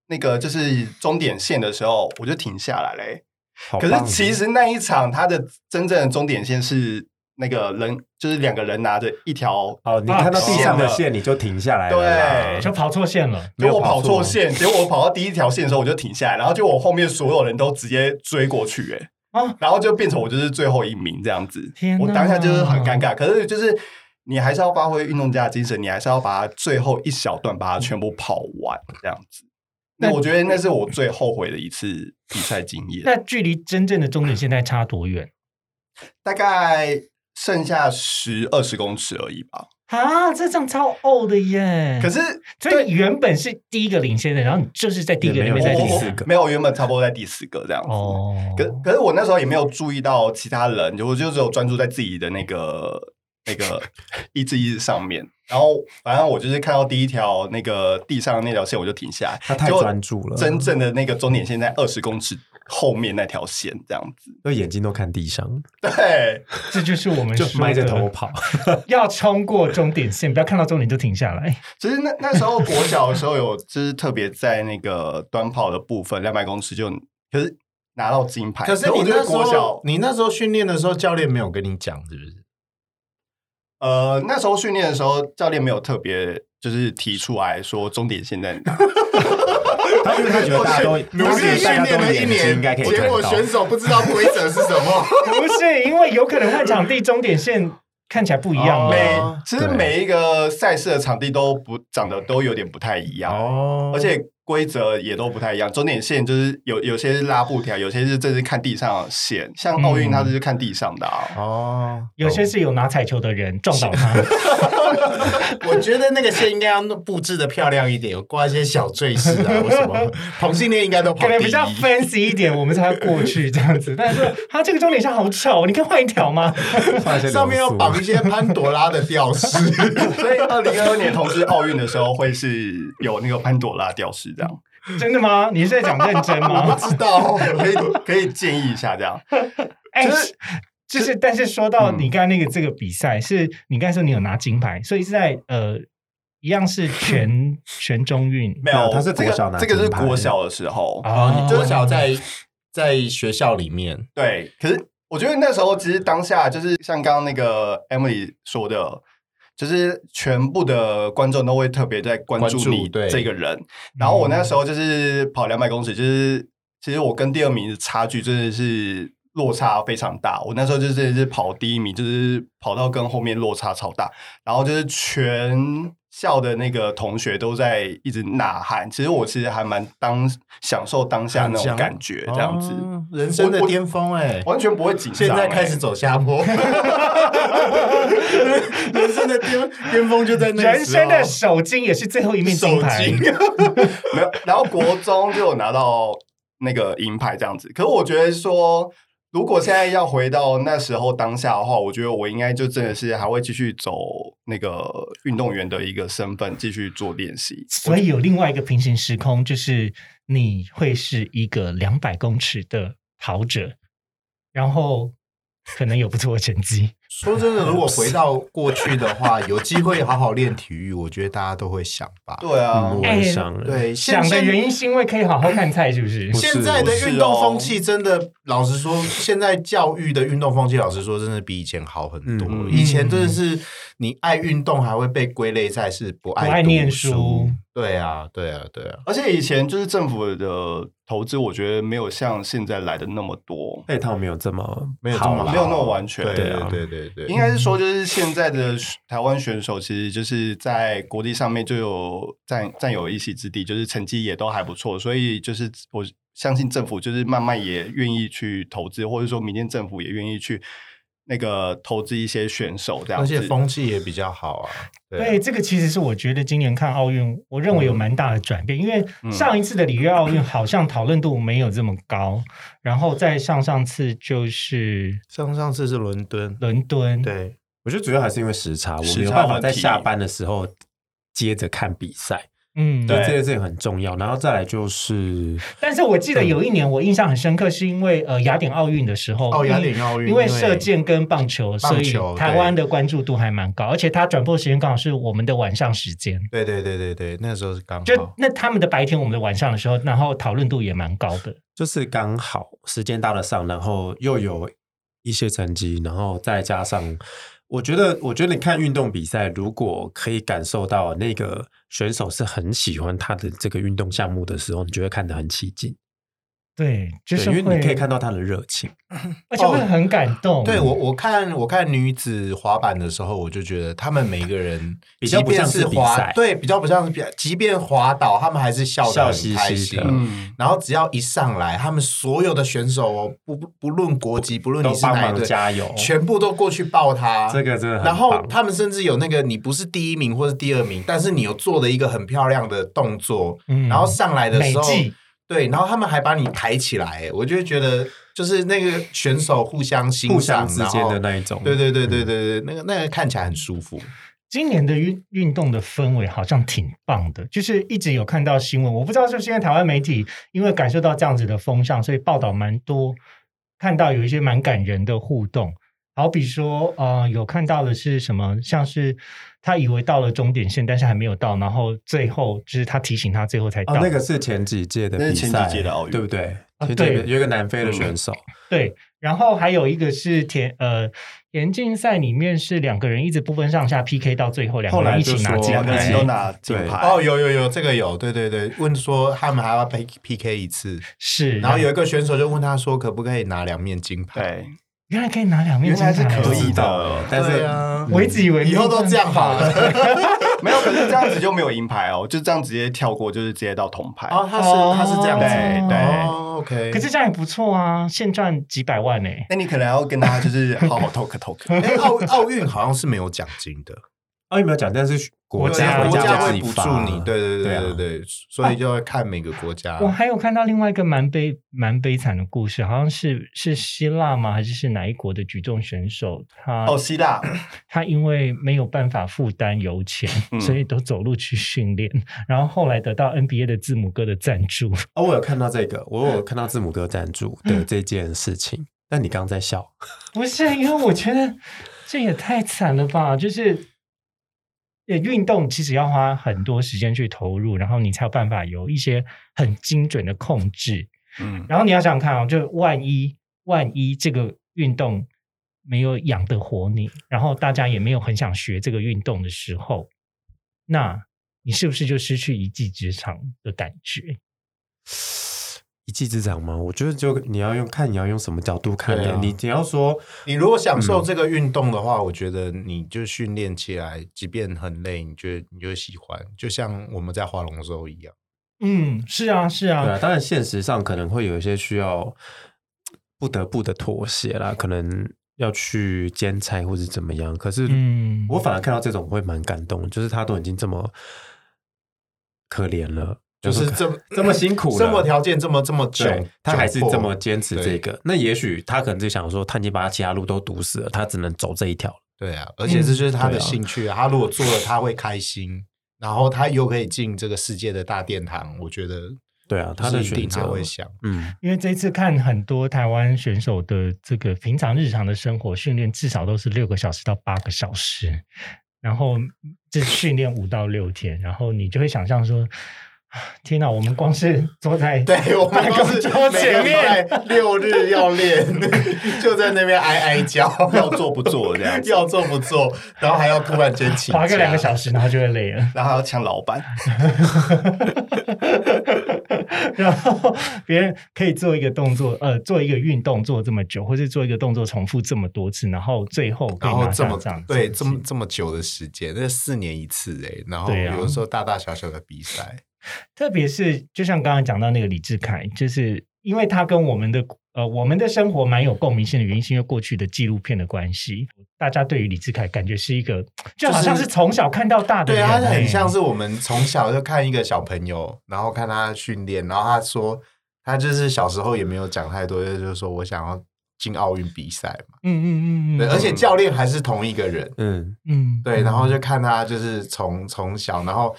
S4: 那个就是终点线的时候，我就停下来嘞、
S2: 好
S4: 可
S2: 棒
S4: 是其实那一场它的真正的终点线是那个人，就是两个人拿着一条，
S2: 哦，你看到地上的线你就停下来了啦，
S4: 对
S1: 就跑错线了。
S2: 没
S4: 结
S2: 有
S4: 果我跑
S2: 错
S4: 错，线，结果我跑到第一条线的时候我就停下来，然后就我后面所有人都直接追过去、欸，
S1: 啊
S4: 然后就变成我就是最后一名这样子
S1: 天。哪
S4: 我当下就是很尴尬，可是就是你还是要发挥运动家的精神，你还是要把它最后一小段把它全部跑完这样子。那
S1: 那
S4: 我觉得那是我最后悔的一次比赛经验。
S1: 那距离真正的终点线在差多远
S4: 大概剩下十二十公尺而已吧。
S1: 啊？这张超呕的耶！
S4: 可是
S1: 所以你原本是第一个领先的，然后你就是在第一个
S2: 也
S1: 那
S2: 没有
S1: 边在
S4: 我
S1: 第
S2: 在第
S1: 四
S2: 四
S1: 个
S2: 个
S4: 没有，原本差不多在第四个这样子。
S1: 哦。
S4: 可可是我那时候也没有注意到其他人，就我就只有专注在自己的那个那 个意志意志上面。然后反正我就是看到第一条那个地上的那条线，我就停下来。
S2: 他太
S4: 结果
S2: 专注
S3: 嗯
S2: 了
S4: 真正的那个终点线在二十公尺后面那条线，这样子。
S2: 就眼睛都看地上，
S4: 对，
S1: 这就是我们
S2: 就
S1: 说
S2: 迈着
S1: 的
S2: 头跑。
S1: 要冲过终点线，不要看到终点就停下来。
S4: 其实那那时候国小的时候有，就是特别在那个短跑的部分，两百公尺就可是拿到金牌。
S3: 可是你
S4: 我觉
S3: 那
S4: 得
S3: 时
S4: 国
S3: 候
S4: 小，
S3: 你那时候训练的时候，教练没有跟你讲，是不是？
S4: 呃，那时候训练的时候，教练没有特别就是提出来说终点线在哪。
S2: 他因为他觉得大家都
S3: 努力
S2: 他觉得大
S3: 训
S2: 家
S3: 练
S2: 都
S3: 了一
S2: 眼睛
S3: 年，
S2: 应该可以
S3: 结
S2: 看
S3: 果
S2: 到。
S3: 选手不知道规则是什 么。
S1: 不是，因为有可能换场地，终点线看起来不一样了。
S3: 哦
S4: 每其实
S2: 对
S4: 每一个赛事的场地都不长得都有点不太一样，
S3: 哦
S4: 而且规则也都不太一样。终点线就是有有些是拉布条，有些是这是看地上的线，像奥运
S1: 嗯
S4: 它就是看地上的啊。
S3: 哦，
S1: 有些是有拿彩球的人撞倒他，
S3: 我觉得那个线应该要布置的漂亮一点，有挂一些小坠饰啊，或什么。同性恋应该都
S1: 可
S3: 跑
S1: 能
S3: 哦第
S1: 比
S3: 一。
S1: 较 fancy 一点，我们才会过去这样子。但是他这个终点线好丑，你可以换一条吗？
S2: 放一些 流
S3: 上面要
S2: 苏
S3: 绑一些潘朵拉的吊饰。
S4: 所以二零二二年同志奥运的时候，会是有那个潘朵拉吊饰这样。
S1: 真的吗？你是在讲认真吗？
S3: 知道，
S4: 可以可以建议一下这样。
S1: 哎、
S4: 就是
S1: 就是，但是说到你刚才那个这个比赛，是你刚才说你有拿金牌，所以是在呃，一样是全全中运
S2: 没
S4: 没有，
S2: 有他是
S4: 这
S2: 国小拿
S4: 个这个是
S2: 金牌
S4: 国小的时候，
S1: 啊
S3: 你从小在在学校里面，
S4: 对。可是我觉得那时候其实当下就是像刚刚那个 Emily 说的。就是全部的观众都会特别在关
S3: 关
S4: 注
S3: 注
S4: 你
S3: 对
S4: 这个人，然后我
S3: 嗯
S1: 嗯
S4: 那时候就是跑两百公尺，就是其实我跟第二名的差距真的是落差非常大。我那时候就是是跑第一名，就是跑到跟后面落差超大，然后就是全校的那个同学都在一直呐喊。其实我其实还蛮当享受当下那种感觉，这样子、
S3: 哦人生的
S4: 我我
S3: 巅峰哎。
S4: 完全不会紧张、
S3: 现在开始
S4: 欸
S3: 走下坡，人生的巅巅峰就在那个
S1: 嗯人
S3: 时候
S1: 生的首金也是最后一面金牌，
S3: 手
S4: 没有，然后国中就有拿到那个银牌这样子。可是我觉得说，如果现在要回到那时候当下的话，我觉得我应该就真的是还会继续走那个运动员的一个身份继续做练习。
S1: 所以有另外一个平行时空，就是你会是一个两百公尺的跑者，然后可能有不错的成绩。
S3: 说真的，如果回到过去的话，有机会好好练体育，我觉得大家都会想吧。
S4: 对啊，
S2: 嗯晚上了，
S3: 哎对，现
S1: 想的原因是因为可以好好看菜，是不是？
S2: 不是
S3: 现在的运动风
S4: 不
S3: 气真的，老实说，现在教育的运动风气，老实说，真的比以前好很多。
S2: 嗯
S3: 以前真的是你爱运动，还会被归类在是不爱
S1: 不爱
S3: 读
S1: 念书。
S3: 对啊，对啊，对啊。
S4: 而且以前就是政府的投资，我觉得没有像现在来的那么多，
S2: 配哎套没有这么
S3: 没有这么
S2: 好啦
S4: 没有那么完全。
S3: 对
S2: 对啊
S3: 对对对
S4: 应
S3: 对，
S4: 该是说，就是现在的呃台湾选手，其实就是在国际上面就有占占有一席之地，就是成绩也都还不错，所以就是我相信政府就是慢慢也愿意去投资，或者说民间政府也愿意去那个投资一些选手这样
S3: 而
S4: 子。
S3: 且风气也比较好啊。
S1: 对，这个其实是我觉得今年看奥运，我认为有蛮大的转变，因为
S3: 嗯
S1: 上一次的里约奥运好像讨论度没有这么高，然后再上上次就是
S3: 上上次是伦敦，
S1: 伦敦，
S3: 对，
S2: 我觉得主要还是因为时差，我
S4: 时差
S2: 没有办法在
S4: 问题
S2: 下班的时候接着看比赛，
S1: 嗯，
S2: 对
S4: 对
S2: 这件事情很重要。然后再来就是，
S1: 但是我记得有一年我印象很深刻，是因为呃雅典奥运的时候，
S3: 哦，
S1: 因
S3: 雅典奥运
S1: 因为射箭跟棒球，所
S3: 棒
S1: 以
S3: 球
S1: 台湾的关注度还蛮高，而且它转播时间刚好是我们的晚上时间。
S3: 对对对对对，那时候是刚
S1: 就
S3: 好。
S1: 那他们的白天，我们的晚上的时候，然后讨论度也蛮高的。
S2: 就是刚好时间搭得上，然后又有一些成绩，然后再加上，我觉得，我觉得你看运动比赛，如果可以感受到那个选手是很喜欢他的这个运动项目的时候，你就会看得很起劲，
S1: 对，就是
S2: 对，因为
S1: 会
S2: 你可以看，到他的热情。
S1: 而且会很感动。
S3: 对我，我看我看女子滑板的时候，我就觉得他们每一个人
S2: 比较不像
S3: 即
S2: 是
S3: 便
S2: 比
S3: 滑
S2: 赛
S3: 对，比较不像是比，即便滑倒，他们还是笑得
S2: 笑
S3: 很
S2: 嘻嘻
S3: 开
S2: 的
S3: 心。
S4: 嗯，
S3: 然后只要一上来，他们所有的选手哦，不不不论国籍，不论
S2: 都
S3: 你是
S2: 帮
S3: 哪一
S2: 忙
S3: 队，
S2: 加油
S3: 全部都过去抱他。
S2: 这个真的很
S3: 然后
S2: 棒
S3: 他们甚至有那个你不是第一名或是第二名，但是你有做了一个很漂亮的动作，
S1: 嗯
S3: 然后上来的时候
S1: 美技，
S3: 对，然后他们还把你抬起来，我就会觉得就是那个选手互相欣赏，
S2: 互相之间的
S3: 然后
S2: 那一种，嗯
S3: 对对对对对对，那个那个看起来很舒服。
S1: 今年的运运动的氛围好像挺棒的，就是一直有看到新闻，我不知道是不是因为台湾媒体因为感受到这样子的风向，所以报道蛮多，看到有一些蛮感人的互动。好比说，呃，有看到的是什么？像是他以为到了终点线，但是还没有到，然后最后就是他提醒他最后才到。
S2: 哦，那个是前几届的
S4: 那是
S2: 比赛，
S4: 前几届的奥运
S2: 对不对？嗯
S1: 啊
S2: 前几届
S1: 对
S2: 有一个南非的选手，
S1: 对，然后还有一个是田呃田径赛里面是两个人一直不分上下 PK 到最后，两
S2: 后
S1: 个
S2: 来
S1: 人一
S2: 就
S1: 起拿
S2: 说
S1: 金
S4: 两个
S1: 牌
S4: 人都。拿金
S2: 对
S4: 牌，
S3: 哦，有有有，这个有，对对对，问说他们还要 P P K 一次，
S1: 是，
S3: 然后有一个选手就问他说，可不可以拿两面金牌？
S4: 对，
S1: 原来可以拿两面金牌，
S4: 原来是可以的
S2: 的，但是
S3: 对啊
S1: 我一直以为
S3: 以后都这样好了。
S4: 没有，可是这样子就没有银牌哦，就这样直接跳过，就是直接到铜牌。
S3: 哦，他是
S1: 哦
S3: 他是这样子，
S4: 对对
S3: 哦，OK。
S1: 可是这样也不错啊，现赚几百万呢、
S4: 那你可能要跟大家就是好好 talk talk。
S3: 哎，奥奥运好像是没有奖金的，
S2: 奥运没有讲，但是国
S1: 对啊
S2: 家
S3: 国
S1: 家
S3: 家
S2: 会
S3: 会
S2: 自
S3: 补
S2: 己
S3: 助
S2: 发
S3: 你，对对
S2: 对啊
S3: 对对对，所以就要看每个国家。
S4: 啊
S1: 我还有看到另外一个蛮悲蛮悲惨的故事，好像是是希腊吗？还是是哪一国的举重选手？他、
S4: 哦，希腊，
S1: 他因为没有办法负担油钱，
S4: 嗯
S1: 所以都走路去训练，然后后来得到 NBA 的字母哥的赞助。
S2: 哦，我有看到这个，我有看到字母哥赞助的这件事情。但你刚刚在笑，
S1: 不是，因为我觉得这也太惨了吧！就是，呃，运动其实要花很多时间去投入，然后你才有办法有一些很精准的控制。
S4: 嗯，
S1: 然后你要想想看啊、就万一万一这个运动没有养得活你，然后大家也没有很想学这个运动的时候，那你是不是就失去一技之长的感觉？
S2: 一技之长吗？我觉得就你要用看你要用什么角度看
S3: 对
S2: 的
S3: 啊，
S2: 你你要说
S3: 你如果享
S2: 嗯
S3: 受这个运动的话，我觉得你就训练起来，即便很累，你就你就喜欢，就像我们在划龙舟一 样。
S1: 嗯，是啊，是啊，
S2: 对啊，当然现实上可能会有一些需要不得不的妥协啦，可能要去兼差或者怎么样。可是，
S1: 嗯
S2: 我反而看到这种会蛮感动，就是他都已经这么可怜了，
S3: 就是
S2: 这
S3: 这么
S2: 这么辛苦了
S3: 生活条件这么这么
S2: 对
S3: 窘，
S2: 他还是这
S3: 窘
S2: 么
S3: 迫
S2: 坚持
S3: 对
S2: 这个。那也许他可能就想说，他已经把他其他路都堵死了，他只能走这一条了。
S3: 对啊，而且这就是他
S2: 对
S3: 的
S2: 啊
S3: 兴趣啊。他如果做了，他会开心，然后他又可以进这个世界的大殿堂。我觉得
S2: 对啊，
S3: 就
S2: 他
S3: 是
S2: 的
S3: 一定
S2: 选
S3: 他
S2: 择
S3: 会想。
S2: 嗯，
S1: 因为这一次看很多台湾选手的这个平常日常的生活训练，至少都是六个小时到八个小时，然后这训练五到六天，然后你就会想象说，啊天哪，我们光是坐在
S3: 对我们
S1: 办
S3: 都
S1: 公
S3: 是
S1: 桌
S3: 每个
S1: 前
S3: 礼
S1: 面，
S3: 拜六日要练，就在那边哀哀叫，
S4: 要做不做这样子，
S3: 要做不做，然后还要突然间请
S1: 划个两个
S3: 时。
S1: 小时，然后就会累了。
S4: 然后还要呛老板。
S1: 然后别人可以做一个动作，呃，做一个运动做这么久，或是做一个动作重复这么多次，然后最后可以
S3: 然后
S1: 拿
S3: 这
S1: 下
S3: 么
S1: 这样
S3: 对这么这么久的时间，那四年一次哎、然后
S1: 对啊
S3: 有的时候大大小小的比赛，
S1: 特别是就像刚刚讲到那个李志凯，就是因为他跟我们的呃我们的生活蛮有共鸣性的原因，是因为过去的纪录片的关系，大家对于李志凯感觉是一个，就好像是从小看到大的
S3: 对
S1: 人、
S3: 啊，他
S1: 欸
S3: 很像是我们从小就看一个小朋友，然后看他训练，然后他说他就是小时候也没有讲太多，就是说我想要进奥运比赛嘛，
S1: 嗯嗯嗯嗯，
S3: 对，而且教练还是同一个人，
S2: 嗯，
S1: 嗯
S3: 对，然后就看他就是从从小，然后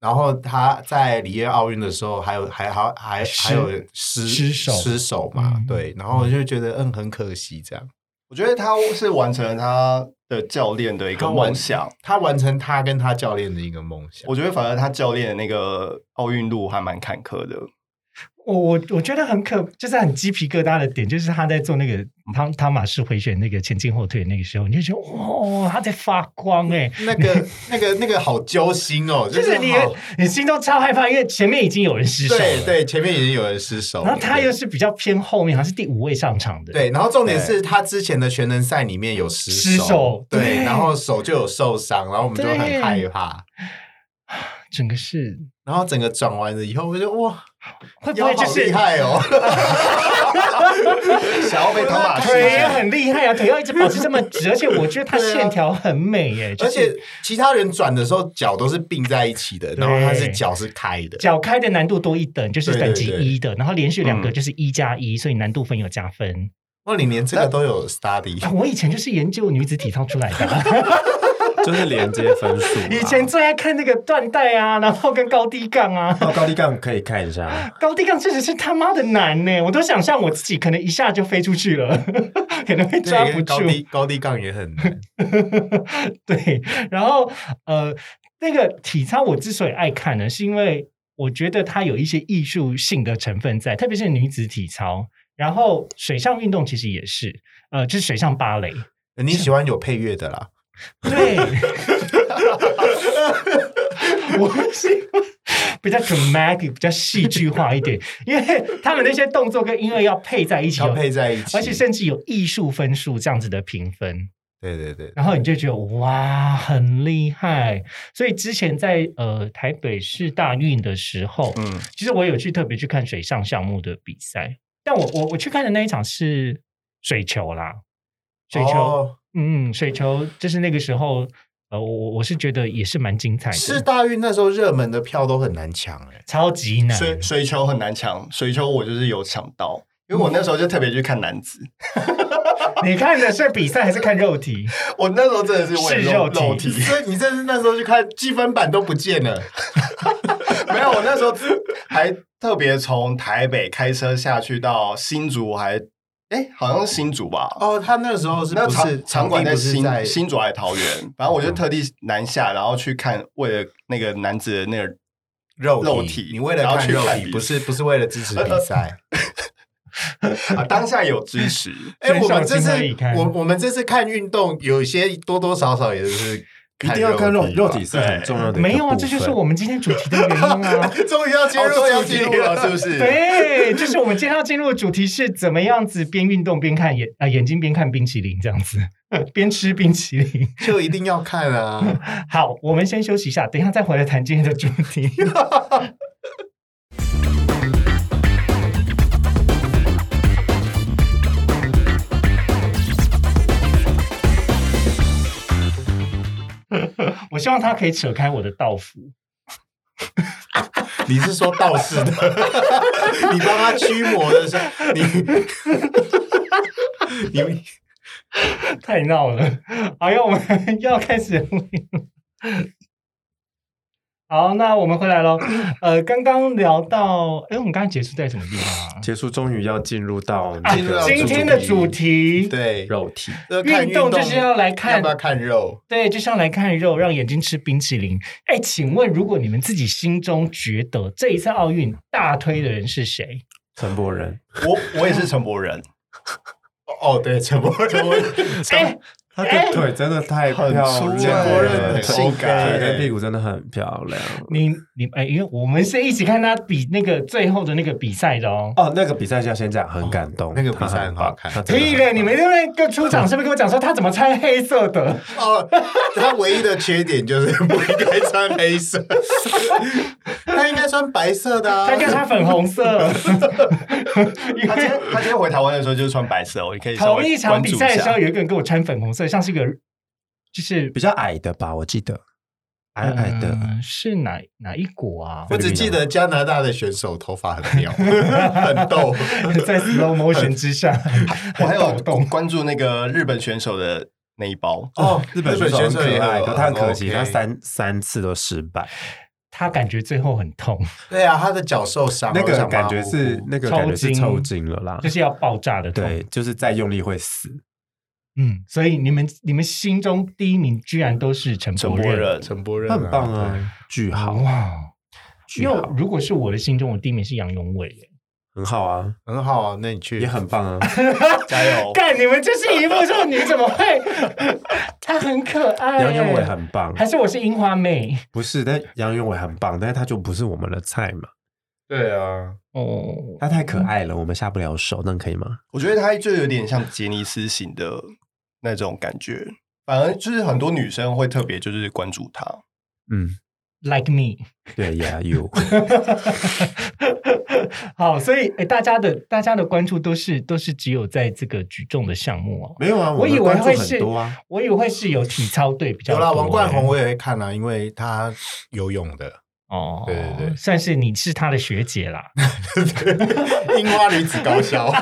S3: 然后他在里约奥运的时候还有还还还还有失
S1: 失手
S3: 失手嘛，
S1: 嗯
S3: 对，然后我就觉得嗯很可惜这样。
S4: 我觉得他是完成了他的教练的一个
S3: 他完
S4: 梦想。
S3: 他完成他跟他教练的一个梦想，
S4: 我觉得反而他教练的那个奥运路还蛮坎坷的。
S1: 我我我觉得很可，就是很鸡皮疙瘩的点，就是他在做那个汤汤马士回旋那个前进后退那个时候，你就觉得哇、他在发光哎、
S3: 那个那个那个好揪心哦，
S1: 就
S3: 就是
S1: 你
S3: 好
S1: 你心中超害怕，因为前面已经有人失手了，
S3: 对对，前面已经有人失手了，
S1: 然后他
S3: 对
S1: 又是比较偏后面，好像是第五位上场的，
S3: 对，然后重点
S4: 对
S3: 是他之前的全能赛里面有失
S1: 失手
S3: 对，
S1: 对
S3: 然后手就有受伤，然后我们就很
S1: 对
S3: 害怕，
S1: 整个是
S3: 然后整个转完了以后，我就哇，
S1: 会不
S3: 腰
S1: 会 就
S3: 好
S1: 是
S3: 厉害哦，
S4: 想要被汤马 士
S1: 腿也很厉害啊，腿要一直保持这么直，而且我觉得 他线条很美耶、就
S3: 而
S1: 是
S3: 且其他人转的时候脚都是并在一起的，然后他是脚是开的，
S1: 脚开的难度多一等，就是
S3: 对
S1: 等
S3: 对
S1: 级
S3: 对
S1: 一的，然后连续两个
S4: 嗯
S1: 就是一加一，所以难度分有加分。
S3: 哇，你连这个都有 study，
S1: 啊我以前就是研究女子体操出来的，
S2: 嗯就是连接分数啊。
S1: 以前 最爱看那个缎带啊，然后跟高低杠啊，
S2: 哦高低杠可以看一下，
S1: 高低杠真的是他妈的难呢，我都想象我自己可能一下就飞出去了， 可能会抓
S3: 对，
S1: 不
S3: 跟高
S1: 住。
S3: 低高低杠也 很难，
S1: 对，然后呃，那个体操我之所以爱看呢，是因为我觉得它有一些艺术性的成分在，特别是女子体操，然后水上运动其实也是，呃，就是水上芭蕾，
S3: 你喜欢有配乐的啦，
S1: 对， 我是比较 dramatic，比较戏剧化一点，因为他们那些动作跟音乐要配在一起
S3: 要
S1: 有，
S3: 配在一起，
S1: 而且甚至有艺术分数这样子的评分。
S3: 对对对，
S1: 然后你就觉得哇，很厉害。所以之前在呃台北市大运的时候，
S4: 嗯，
S1: 其实我有去特别去看水上项目的比赛，但我我我去看的那一场是水球啦，水球，
S3: 哦
S1: 嗯，水球就是那个时候，呃，我我我是觉得也是蛮精彩的，
S3: 是大运那时候热门的票都很难抢哎。
S1: 超级难。
S4: 水水球很难抢，水球我就是有抢到，因为我那时候就特别去看男子，
S1: 你看的是比赛还是看肉体？
S4: 我那时候真的是为
S1: 是
S4: 了肉
S1: 肉
S4: 肉
S1: 体
S4: 体，
S3: 所以你这是那时候去看积分板都不见了，
S4: 没有，我那时候还特别从台北开车下去到新竹还，哎，好像是新竹吧，
S3: 哦，他那时候是
S4: 那
S3: 不
S4: 场
S3: 是
S4: 场馆
S3: 地
S4: 在
S3: 不是
S4: 新
S3: 在嗯
S4: 新竹还是桃园？反正我就特地南下，然后去看，为了那个男子的那个，
S3: 肉
S4: 肉体
S3: 你为了
S4: 然后
S3: 看呃
S4: 去
S3: 肉
S4: 看
S3: 体，
S4: 比
S3: 不是不是为了支持比 赛。
S4: 啊、当下有支持，
S3: 哎，我们这
S1: 选手
S3: 次
S1: 情何以堪
S3: 我我们这次看运动，有些多多少少也是
S2: 一定要看肉
S3: 肉
S2: 肉体是很重要的一个部分。
S1: 没有啊，这就是我们今天主题的原因啊。
S3: 吧。 终于要进
S4: 哦
S3: 入
S4: 终于要
S3: 主题
S4: 进入了，是不 是？
S1: 对，就是我们今天要进入的主题是怎么样子边运动边看眼啊、眼睛边看冰淇淋这样子， 边吃冰淇淋。
S3: 就一定要看啊！
S1: 好，我们先休息一下，等一下再回来谈今天的主题。 我希望他可以扯开我的道服，
S3: 你是说道士的？ 你帮他驱魔的时候，你 你
S1: 太闹了！ 哎呀，我们要开始录音了。好，那我们回来喽。呃，刚刚聊到，哎，我们刚刚结束在什么地方啊？
S2: 结束，终于要进入到
S1: 啊
S2: 那个
S3: 到
S1: 今天的主 题，
S3: 对
S2: 肉体。
S3: 呃看
S1: 运动就是要来看
S3: 要不要看肉？
S1: 对，就像来看肉，让眼睛吃冰淇淋。哎，请问，如果你们自己心中觉得这一次奥运大推的人是谁？
S2: 陈柏仁，
S4: 我我也是陈柏仁，
S3: 哦，对，陈柏仁，
S1: 哎，
S2: 他的腿真的太漂
S4: 很
S2: 亮
S4: 粗
S2: 了，
S4: 哎
S3: 陈柏仁
S4: 很
S3: 很
S4: 性
S3: 性
S4: 感
S3: 感
S2: 腿跟屁股真的很漂亮。
S1: 你你哎，因为我们是一起看他比那个最后的那个比赛的哦。啊
S2: 哦，那个比赛就要先讲，很感动，
S3: 那个比赛
S2: 他
S3: 很
S2: 棒
S3: 好看
S2: 他真的
S1: 屁
S2: 很
S1: 嘞！你们那个出场是不是跟我讲说他怎么穿黑色的？
S3: 哦，他唯一的缺点就是不应该穿黑色，他应该穿白色的啊
S1: 他。跟他粉红 色，因
S4: 他
S1: 为
S4: 今天他今天回台湾的时候就是穿白色哦，你 可以稍
S1: 同
S4: 微
S1: 一场
S4: 关
S1: 比
S4: 注一
S1: 赛的时候，
S4: 下。
S1: 有一个人跟我穿粉红色，像是一个就是
S2: 比较矮的吧，我记得矮矮的，
S1: 嗯是哪哪一国啊？
S3: 我只记得加拿大的选手头发很妙，很逗。
S1: 在 slow motion 之 下，
S4: 我还有
S1: 抖动
S4: 关注那个日本选手的那一包，
S3: 哦
S2: 日本
S3: 日本
S2: 选手
S3: 选手
S2: 很
S3: 也
S2: 可爱，
S3: 有
S2: 可他很可惜，
S3: ，OK
S2: 他三三次都失败。
S1: 他感觉最后很 痛，
S3: 对啊，他的脚受伤，
S2: 那
S3: 我
S2: 个
S3: 想
S2: 感
S3: 骂
S2: 觉
S3: 呼
S2: 是
S3: 呼
S2: 那个感觉是
S1: 抽
S2: 抽
S1: 筋
S2: 筋了啦
S1: 就，是要爆炸的痛。
S2: 对，就是再用力会死。
S1: 嗯，所以你们你们心中第一名居然都是陈
S4: 陈
S1: 柏
S4: 柏
S1: 仁，
S4: 仁，
S3: 陈柏仁
S2: 那很棒，啊，句号，
S1: 哇！
S2: 句
S1: 嗯因为
S2: 号，
S1: 如果是我的心中，我第一名是杨永伟 耶，
S2: 很好啊，
S3: 对很好啊，那你去
S2: 也很棒啊。
S4: 加 油！
S1: 干你们就是一幕说你怎么会？ 他很可爱耶，
S2: 杨永伟很棒，
S1: 还是我是樱花妹
S2: 不是，但杨永伟很棒，但是他就不是我们的菜嘛，
S3: 对啊，
S1: 哦。
S2: 他太可爱了，我们下不了手，那可以吗？
S4: 我觉得他就有点像杰尼斯型的那种感觉，反而就是很多女生会特别就是关注他。
S2: 嗯，
S1: Like me，
S2: 对呀，you，
S1: 好，所以诶，大家的大家的关注都是都是只有在这个举重的项目哦。
S2: 没有啊，
S1: 我
S2: 们
S1: 以为
S2: 关注
S1: 会
S2: 很
S1: 是
S2: 多啊，，
S1: 我以为会是有体操队比较
S3: 有
S1: 多。欸
S3: 啦，王冠宏我也会看啊，因为他游泳的
S1: 哦，
S3: 对对对
S1: 算是你是他的学姐啦。
S3: 樱花离子高校，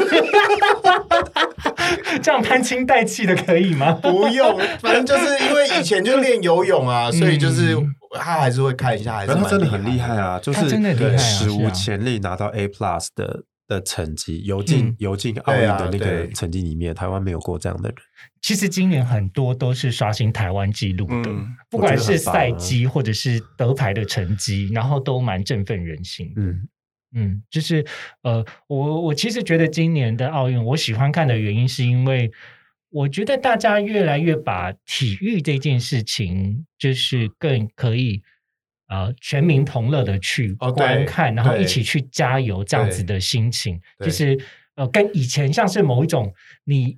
S1: 这样攀亲带气的可以吗？
S3: 不用，反正就是因为以前就练游泳啊，所以就是
S1: 嗯
S3: 他还是会看一下，还是
S2: 然后
S3: 蛮
S2: 他真的很厉害
S3: 的。
S2: 啊，就
S1: 他
S2: 是
S1: 真的厉害啊
S2: 史
S1: 是
S2: 无
S1: 啊
S2: 前例拿到 A plus 的的成绩，游进
S1: 嗯
S2: 游进奥运的那
S3: 对啊
S2: 个
S3: 对
S2: 成绩里面，台湾没有过这样的人。
S1: 其实今年很多都是刷新台湾纪录的，
S4: 嗯
S1: 不管
S2: 我觉
S1: 是
S2: 得很棒啊
S1: 赛季或者是得牌的成绩，然后都蛮振奋人心的。
S2: 嗯，
S1: 嗯，就是呃，我我其实觉得今年的奥运，我喜欢看的原因是因为我觉得大家越来越把体育这件事情，就是更可以呃全民同乐的去
S3: 哦对
S1: 观看，然后
S3: 对
S1: 一起去加油这样子
S3: 对
S1: 的心情，
S3: 对
S1: 就是呃跟以前像是某一种你。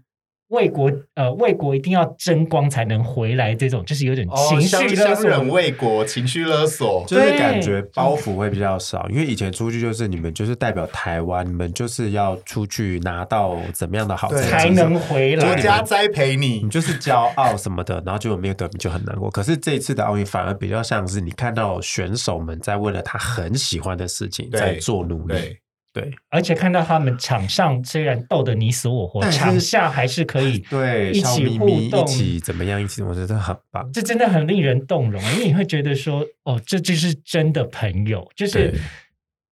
S1: 为国呃，为国一定要争光才能回来，这种就是有点
S3: 哦，
S1: 情
S3: 乡
S1: 绪勒
S3: 乡
S1: 索。
S3: 人为国，情绪勒索，
S2: 就是
S1: 对
S2: 感觉包袱会比较少，因为以前出去就是你们就是代表台湾，你们就是要出去拿到怎么样的好成绩
S1: 才能回来，
S3: 国家栽培你
S2: 你，就是骄傲什么的，然后结果没有得名就很难过。可是这一次的奥运反而比较像是你看到选手们在为了他很喜欢的事情
S3: 对
S2: 在做努力，
S3: 对，
S2: 对
S1: 而且看到他们场上虽然斗得你死我活，
S2: 但是
S1: 场下还是可以
S2: 对，
S1: 一
S2: 笑
S1: 起
S2: 眯
S1: 互
S2: 眯，
S1: 动
S2: 一，起怎么样，一起我觉得很棒。
S1: 这真的很令人动容，因为你会觉得说，哦，这就是真的朋友，就是
S2: 对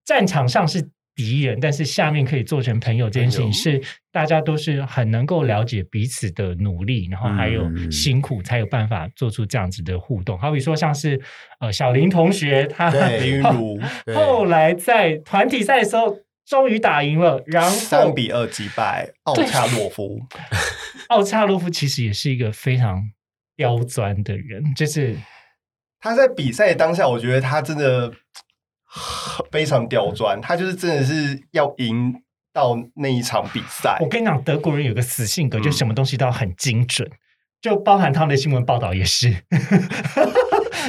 S1: 战场上是敌人，但是下面可以做成朋友这件事
S4: 朋
S1: 情，
S4: 友
S1: 是大家都是很能够了解彼此的努力，然后还有
S2: 嗯
S1: 辛苦，才有办法做出这样子的互动。好比说像是呃小林同学，他
S3: 对
S4: 林 云如
S3: 对
S1: 后来在团体赛的时候终于打赢了，然后
S4: 三比二击败奥恰洛夫，
S1: 奥恰洛夫其实也是一个非常刁钻的人，就是
S4: 他在比赛当下，我觉得他真的非常刁钻，他就是真的是要赢到那一场比赛
S3: 哦
S1: 我。跟你讲，德国人有个死性格，
S4: 哎嗯
S1: 就什么东西都要很精准，就包含他们的新闻报道也是。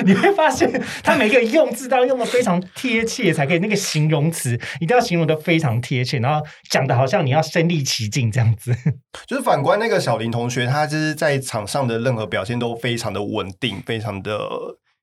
S1: 你会发现，他每个用字都要用的非常贴切，才可以那个形容词一定要形容的非常贴切，然后讲的好像你要身临其境这样子。
S4: 就是反观那个小林同学，他就是在场上的任何表现都非常的稳定，非常的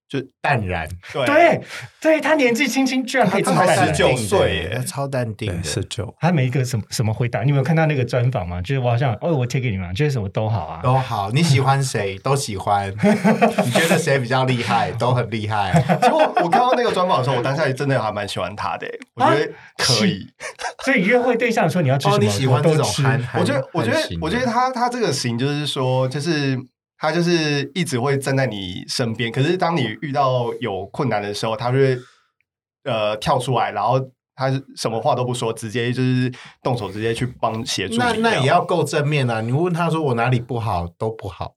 S4: 就
S3: 淡然，
S4: 对
S1: 对，对他年纪轻轻居然可以这么
S4: 他
S1: 淡
S4: 才
S1: 然
S4: 19岁耶
S3: 他超淡定
S2: 对，
S3: 的，
S2: 是就
S1: 他每一个什么什么回答，你有没有看到那个专访吗？就是我好像哦，我贴给你们啊，就是什么都好啊，
S3: 都好，你喜欢 谁都喜欢，你觉得谁比较厉害都很厉害。
S4: 结果我看到那个专访的时候，我当下也真的还蛮喜欢他的、欸我觉得可以。
S1: 所以约会对象说你要吃什么，
S3: 哦，你喜欢
S1: 我都
S3: 这种
S1: 吃
S3: 憨憨？
S4: 我觉得，我觉
S3: 憨
S4: 得
S3: 型，的
S4: 我觉得他他这个型就是说，就是他就是一直会站在你身边，可是当你遇到有困难的时候，他就会呃跳出来，然后他是什么话都不说，直接就是动手直接去帮协助你这
S3: 那
S4: 样。
S3: 那也要够正面啊！你问他说我哪里不好都不 好，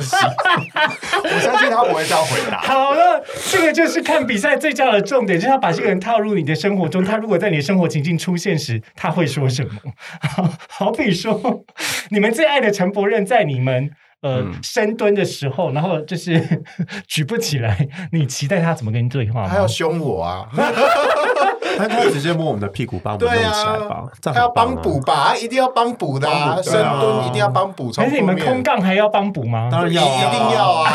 S4: 我相信他不会这样回 答。
S1: 好了，这个就是看比赛最佳的重点，就是要把这个人套入你的生活中。他如果在你的生活情境出现时，他会说什么？ 好好比说，你们最爱的陈柏任在你们。呃，
S4: 嗯
S1: 深蹲的时候，然后就是举不起来，你期待他怎么跟你对话吗？
S3: 他要凶我啊！
S2: 他可以直接摸我们的屁股，帮我们弄
S3: 对
S2: 起来
S3: 啊
S2: 吧，，这
S3: 他
S2: 样
S3: 要
S2: 很
S3: 帮
S2: 棒啊
S3: 补吧，他一定要帮补的
S2: 帮
S3: 啊！
S2: 补
S3: 深
S2: 对啊
S3: 蹲一定要帮补，从
S1: 而且你们
S3: 后面
S1: 空杠还要帮补吗？
S2: 当然要啊
S3: 一定要啊！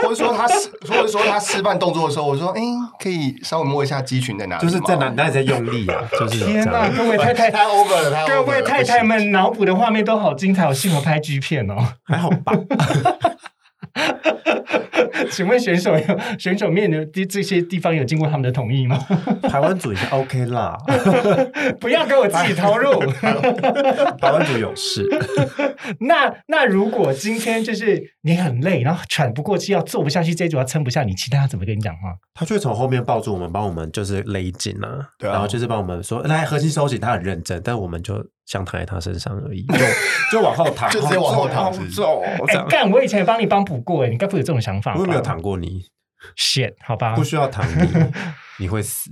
S4: 或者说他示，或者说他示范动作的时候，我说：“哎、可以稍微摸一下肌群在哪里
S2: 就
S4: 吗？”
S2: 是在哪哪里在用力啊，就是
S1: 天
S2: 这
S1: 哪，
S2: 样
S1: 各位太太，
S3: 太 over 了，太 over
S1: 各
S3: 了
S1: 位太太，们脑补的画面都好精彩，我适合拍 G 片哦。
S2: 还好吧？
S1: 请问选手有选手面的这这些地方有经过他们的同意 吗？
S2: 台湾组也是 OK 啦，
S1: 不要给我自己投入。
S2: 台湾组有事，
S1: 那那如果今天就是你很累，然后喘不过气，要做不下去，这一组要撑不下你，其他怎么跟你讲话？
S2: 他就会从后面抱住我们，帮我们就是勒紧啊，
S4: 对啊
S2: 然后就是帮我们说来核心收紧，他很认真，但我们就想躺在他身上而已， 就就往后躺，
S3: 就直接往后躺
S2: 往
S3: 是不是
S2: 走哦这
S1: 哎、
S2: 样。
S1: 干！我以前也帮你帮补过，哎，你该不会有这种想法吧？
S2: 我又没有躺过你，
S1: shit，好
S3: 啊
S1: 吧
S2: 不，需要躺你， 你会死。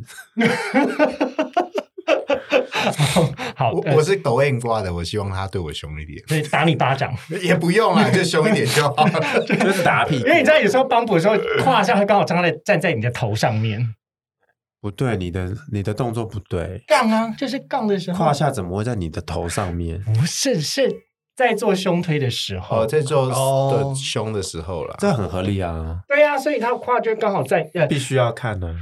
S1: 好，
S3: 我
S1: 呃
S3: 我是抖 M 挂的，我希望他对我凶一点，
S1: 所以打你巴 掌，
S3: 也不用啦，就凶一点就好了。
S2: 就是打屁股
S1: 因。为你知道有时候帮补的时候，胯下会刚好站在站在你的头上面，
S2: 不对，你的你的动作不对，
S1: 杠啊，就是杠的时候
S2: 胯，下怎么会在你的头上面？
S1: 不是是在做胸推的时候，
S3: 哦，在做
S4: 哦
S3: 的凶的时候啦，
S2: 这很合理啊，
S1: 对啊，所以他胯就刚好在呃
S2: 必须要看呢、啊。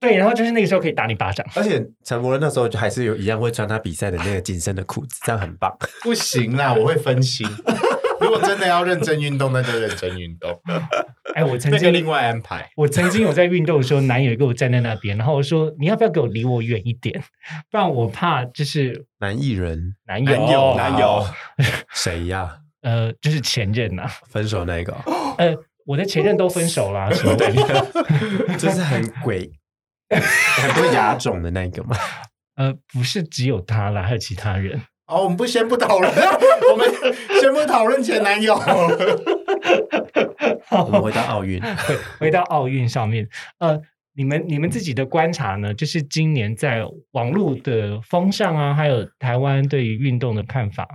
S1: 对，然后就是那个时候可以打你巴掌，
S2: 而且陈柏仁那时候就还是有一样会穿他比赛的那个紧身的裤子，这样很棒。
S3: 不行啦，我会分心。 如果真的要认真运动，那就认真运动，
S1: 哎，我曾
S3: 那就
S1: 经
S3: 另外安排。
S1: 我曾经有在运动的时候，男友跟我站在那边，然后我说你要不要给我离我远一点，不然我怕就是
S2: 男艺人
S1: 男友哦
S4: 男友，男友，
S2: 谁呀？
S1: 呃就是前任呐、
S2: 分手那个哦，
S1: 呃我的前任都分手 啦，什么的。
S2: 就是很鬼、很多牙种的那个 嘛。
S1: 呃，不是只有他啦，还有其他人。
S3: 哦，我们不先不讨论， 我们先不讨论前男友。
S2: 我们回到奥运，
S1: 回回到奥运上面，呃，你们你们自己的观察呢？就是今年在网络的风向啊，还有台湾对于运动的看法，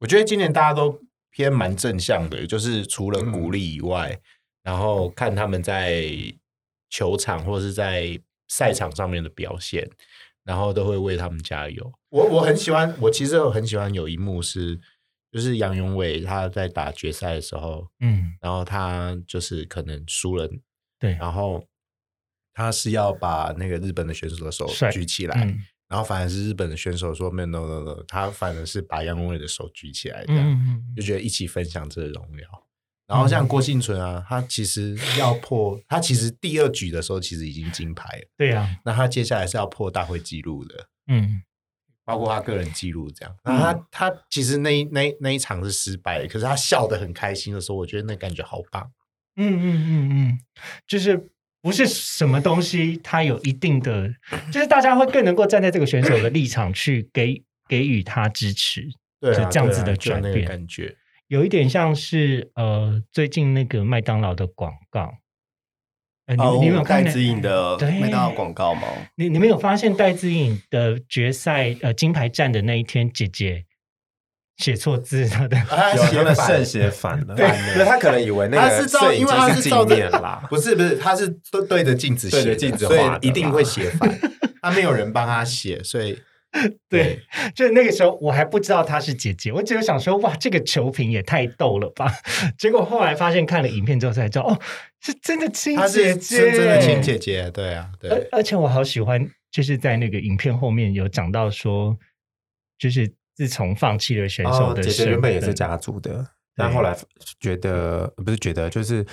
S3: 我觉得今年大家都偏蛮正向的，就是除了鼓励以外，然后看他们在球场或是在赛场上面的表现，然后都会为他们加油。我我很喜欢，我其实我很喜欢有一幕是，就是杨永伟他在打决赛的时候，
S1: 嗯，
S3: 然后他就是可能输了，
S1: 对
S3: 然后他是要把那个日本的选手的手
S1: 帅
S3: 举起来，
S1: 嗯
S3: 然后反而是日本的选手说没有 no no no，他反而是把杨永伟的手举起来，
S1: 嗯
S3: 这样、
S1: 嗯，
S3: 就觉得一起分享这个荣耀。然后像郭幸存啊，他其实要破，他其实第二局的时候其实已经金牌了，
S1: 对呀、啊，
S3: 那他接下来是要破大会纪录的，
S1: 嗯
S3: 包括他个人记录这样。那他、他其实那一那一那一场是失败的，可是他笑得很开心的时候，我觉得那感觉好棒。
S1: 嗯嗯嗯嗯，就是。不是什么东西，它有一定的，就是大家会更能够站在这个选手的立场去给给予他支持，
S3: 对啊、
S1: 就这样
S3: 对
S1: 子
S3: 啊
S1: 的
S3: 就
S1: 转
S3: 那个
S1: 变
S3: 感觉。
S1: 有一点像是呃，最近那个麦当劳的广告，呃，你
S4: 哦
S1: 们你们有看
S4: 戴
S1: 那
S4: 之颖的
S1: 对
S4: 麦当劳广告吗？
S1: 你你们有发现戴资颖的决赛呃金牌战的那一天，姐姐写错字了的，
S3: 啊
S2: 有他
S3: 写
S2: 的
S3: 反
S2: 肾写反了，
S3: 对
S2: 反了他可能以为那
S3: 他
S2: 个
S3: 是照，
S2: 摄影
S3: 因为他
S2: 机
S3: 是照
S2: 镜
S3: 着
S2: 面 啦，
S3: 不是不是，他是对对着镜子写的，
S2: 对着镜子
S3: 所以
S2: 画的
S3: 一定
S2: 啦
S3: 会写反。 他没有人帮他写，所以
S1: 对，就是那个时候我还不知道她是姐姐，我只有想说哇，这个球评也太逗了吧！ 结果后来发现看了影片之后才知道，哦，是真的亲
S3: 他
S1: 姐
S3: 是
S1: 姐，
S3: 真正的亲姐姐，对啊，对
S1: 而。而且我好喜欢，就是在那个影片后面有讲到说，就是自从放弃了选手
S2: 哦，
S1: 的
S2: 姐
S1: 身
S2: 姐
S1: 份，
S2: 原本也是家族的，但
S1: 对
S2: 后来觉得呃不是觉得，就是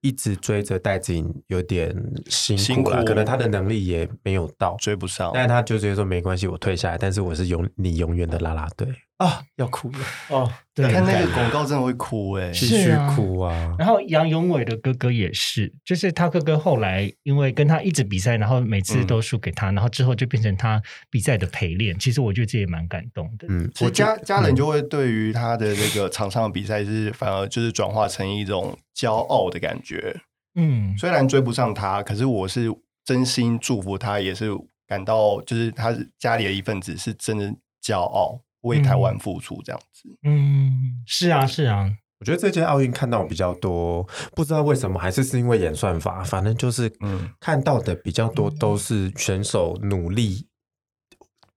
S2: 一直追着戴子颖有点辛
S4: 辛
S2: 苦了，
S4: 苦
S2: 可能她的能力也没有到，
S4: 追不上，
S2: 但是她就直接说没关系，我退下来，但是我是永你永远的啦啦队啊，要哭了，
S3: 哦，
S1: 对
S4: 看那个广告真的会哭哎、
S2: 继
S1: 是
S2: 续
S1: 啊
S2: 哭啊，
S1: 然后杨永伟的哥哥也是，就是他哥哥后来因为跟他一直比赛，然后每次都输给他，然后之后就变成他比赛的陪练。其实我觉得这也蛮感动的。
S2: 嗯，
S4: 我
S2: 我觉
S4: 家家人就会对于他的这个场上的比赛是反而就是转化成一种骄傲的感觉，
S1: 嗯，
S4: 虽然追不上他，可是我是真心祝福他，也是感到就是他是家里的一份子，是真的骄傲为台湾付出这样子。
S1: 嗯，是啊，是啊，
S2: 我觉得这届奥运看到比较多，不知道为什么，还是是因为演算法，反正就是
S4: 嗯
S2: 看到的比较多都是选手努力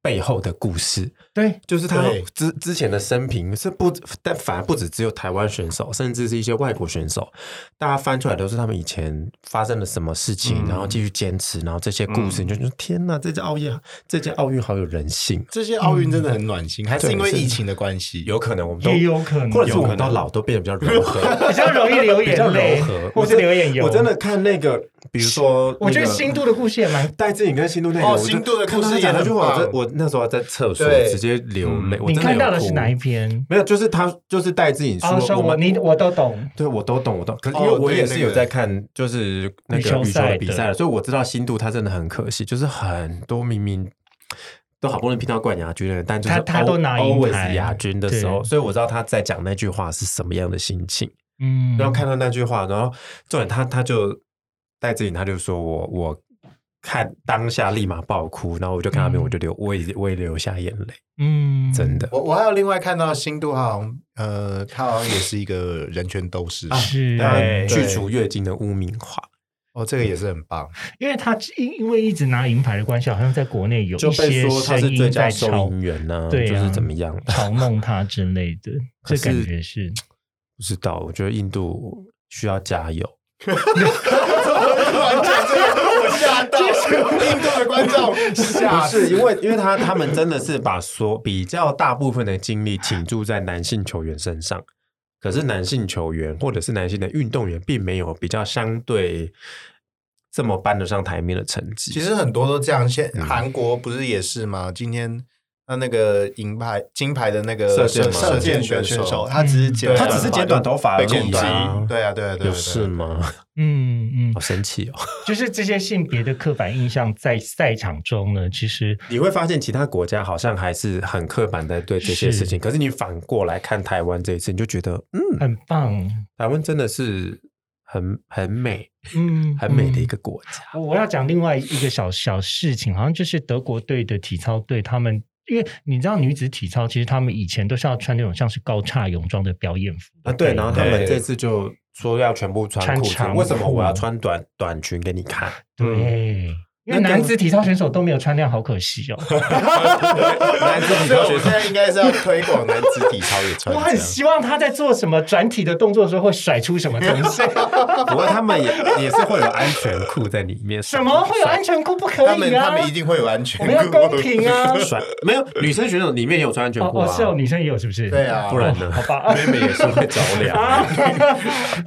S2: 背后的故事，
S1: 对，
S2: 就是他
S3: 对
S2: 之之前的生平是不，但反而不只只有台湾选手，甚至是一些外国选手，大家翻出来都是他们以前发生了什么事情，
S4: 嗯
S2: 然后继续坚持，然后这些故事，
S4: 嗯
S2: 你就觉得天哪，这届奥运，这届奥运好有人性，
S3: 这些奥运真的很暖心，还是因为疫情的关系？
S2: 有可能我们都
S1: 也有可能，
S2: 或者是我们到老都变得比较柔和，
S1: 比较容易流
S2: 比
S1: 眼
S2: 较
S1: 泪
S2: 柔和，，
S1: 或是流眼油。
S2: 我真的看那个，比如说那个，
S1: 我觉得新都的故事也蛮
S2: 戴志颖跟新都那个，
S3: 哦
S2: 我就
S3: 新都的
S2: 看到
S3: 故事
S2: 他
S3: 也
S2: 讲那
S3: 很
S2: 句话，我
S3: 棒
S2: 真我那时候在厕所
S3: 对嗯
S2: 直接流泪。我
S1: 你
S2: 真
S1: 看
S2: 有
S1: 到的是
S2: 哭
S1: 哪一？篇？
S2: 没有，就是他就是戴志颖
S1: 哦，说
S2: 我
S1: 我
S2: 们。
S1: 你我都懂，
S2: 对，我都懂，我懂。可是因
S3: 哦
S2: 为我
S3: 对
S2: 也
S3: 那
S2: 是有
S3: 个
S2: 在看，就是那
S1: 羽
S2: 个
S1: 球
S2: 羽球
S1: 赛
S2: 的比
S1: 的
S2: 赛了，所以我知道新度他真的很可惜，就是很多明明都好不容易拼到冠亚军了，但就是
S1: 他他
S2: al-
S1: 都拿银
S2: always
S1: 牌
S2: 亚军的时候，
S1: 对
S2: 所以我知道他在讲那句话是什么样的心情。
S1: 嗯，
S2: 然后看到那句话，然后重点他他就戴志颖，他就说我我看当下立马爆哭，然后我就看到那边
S1: 嗯
S2: 我就流，我也我也流下眼泪，
S1: 嗯，
S2: 真的。
S3: 我我还有另外看到新都好像，呃，他好像也是一个人权斗士，
S1: 是
S2: 啊然后
S4: 对
S2: 去除月经的污名化，
S3: 哦，这个也是很棒。
S1: 因为他因因为一直拿银牌的关系，好像在国内有
S2: 就
S1: 一
S2: 被
S1: 些
S2: 说他是
S1: 声
S2: 最
S1: 音
S2: 佳
S1: 在
S2: 收
S1: 嘲
S2: 银员呢、
S1: 对
S2: 就
S1: 啊
S2: 是怎么样？
S1: 嘲弄他之类的，
S2: 可
S1: 这
S2: 是
S1: 感觉是
S2: 不知道，我觉得印度需要加油。
S3: 突然讲这个，我吓到印度的观众吓
S2: 不
S3: 死
S2: 是因为，因为他他们真的是把所比较大部分的精力倾注在男性球员身上，可是男性球员或者是男性的运动员并没有比较相对这么搬得上台面的成绩。
S3: 其实很多都这样，现韩国不是也是吗？今天那那个银牌、金牌的那个
S2: 射箭吗
S3: 射
S4: 射
S3: 箭
S4: 箭
S3: 选
S4: 选
S3: 手
S4: 手，，他只是
S3: 啊
S4: 剪，
S2: 嗯他只是剪短头发而
S4: 被
S2: 已
S4: 攻击。
S2: 啊
S3: 对啊，对啊，对啊对
S2: 有
S3: 啊，
S2: 事吗？
S1: 嗯嗯
S2: 好，生气哦！
S1: 就是这些性别的刻板印象在赛场中呢，其实
S2: 你会发现其他国家好像还是很刻板在对这些
S1: 是
S2: 事情，可是你反过来看台湾这一次，你就觉得，嗯，
S1: 很棒，
S2: 台湾真的是很很美、
S1: 嗯，
S2: 很美的一
S1: 嗯
S2: 个国家。
S1: 我要讲另外一个小小事情，好像就是德国队的体操队，他们因为你知道女子体操，其实他们以前都是要穿那种像是高叉泳装的表演服
S2: 啊，对，然后他们
S3: 对
S2: 这次就说要全部穿
S1: 穿
S2: 裤子，
S1: 长
S2: 为什么
S1: 裤
S2: 我要穿短短裙给你 看？
S1: 对，因为
S2: 那个啊
S1: 男子体操选手都没有穿那样，好可惜 哦。
S3: 男子体操选手，现在应该是要推广男子体操也穿
S1: 我很希望他在做什么转体的动作的时候会甩出什么 东西。
S2: 不过他们也也是会有安全裤在里面，
S1: 什么会有安全裤？不可
S3: 他们
S1: 以
S3: 他
S1: 啊！
S3: 们一定会有安全
S1: 我们要
S3: 裤，
S1: 公平 啊！
S2: 甩？没有，女生选手里面也有哦穿安全
S1: 哦
S2: 裤
S1: 哦，
S2: 啊，
S1: 是哦，女生也有是不是？
S3: 对啊，
S2: 不然呢？
S1: 好吧，
S2: 妹妹也是会着凉。啊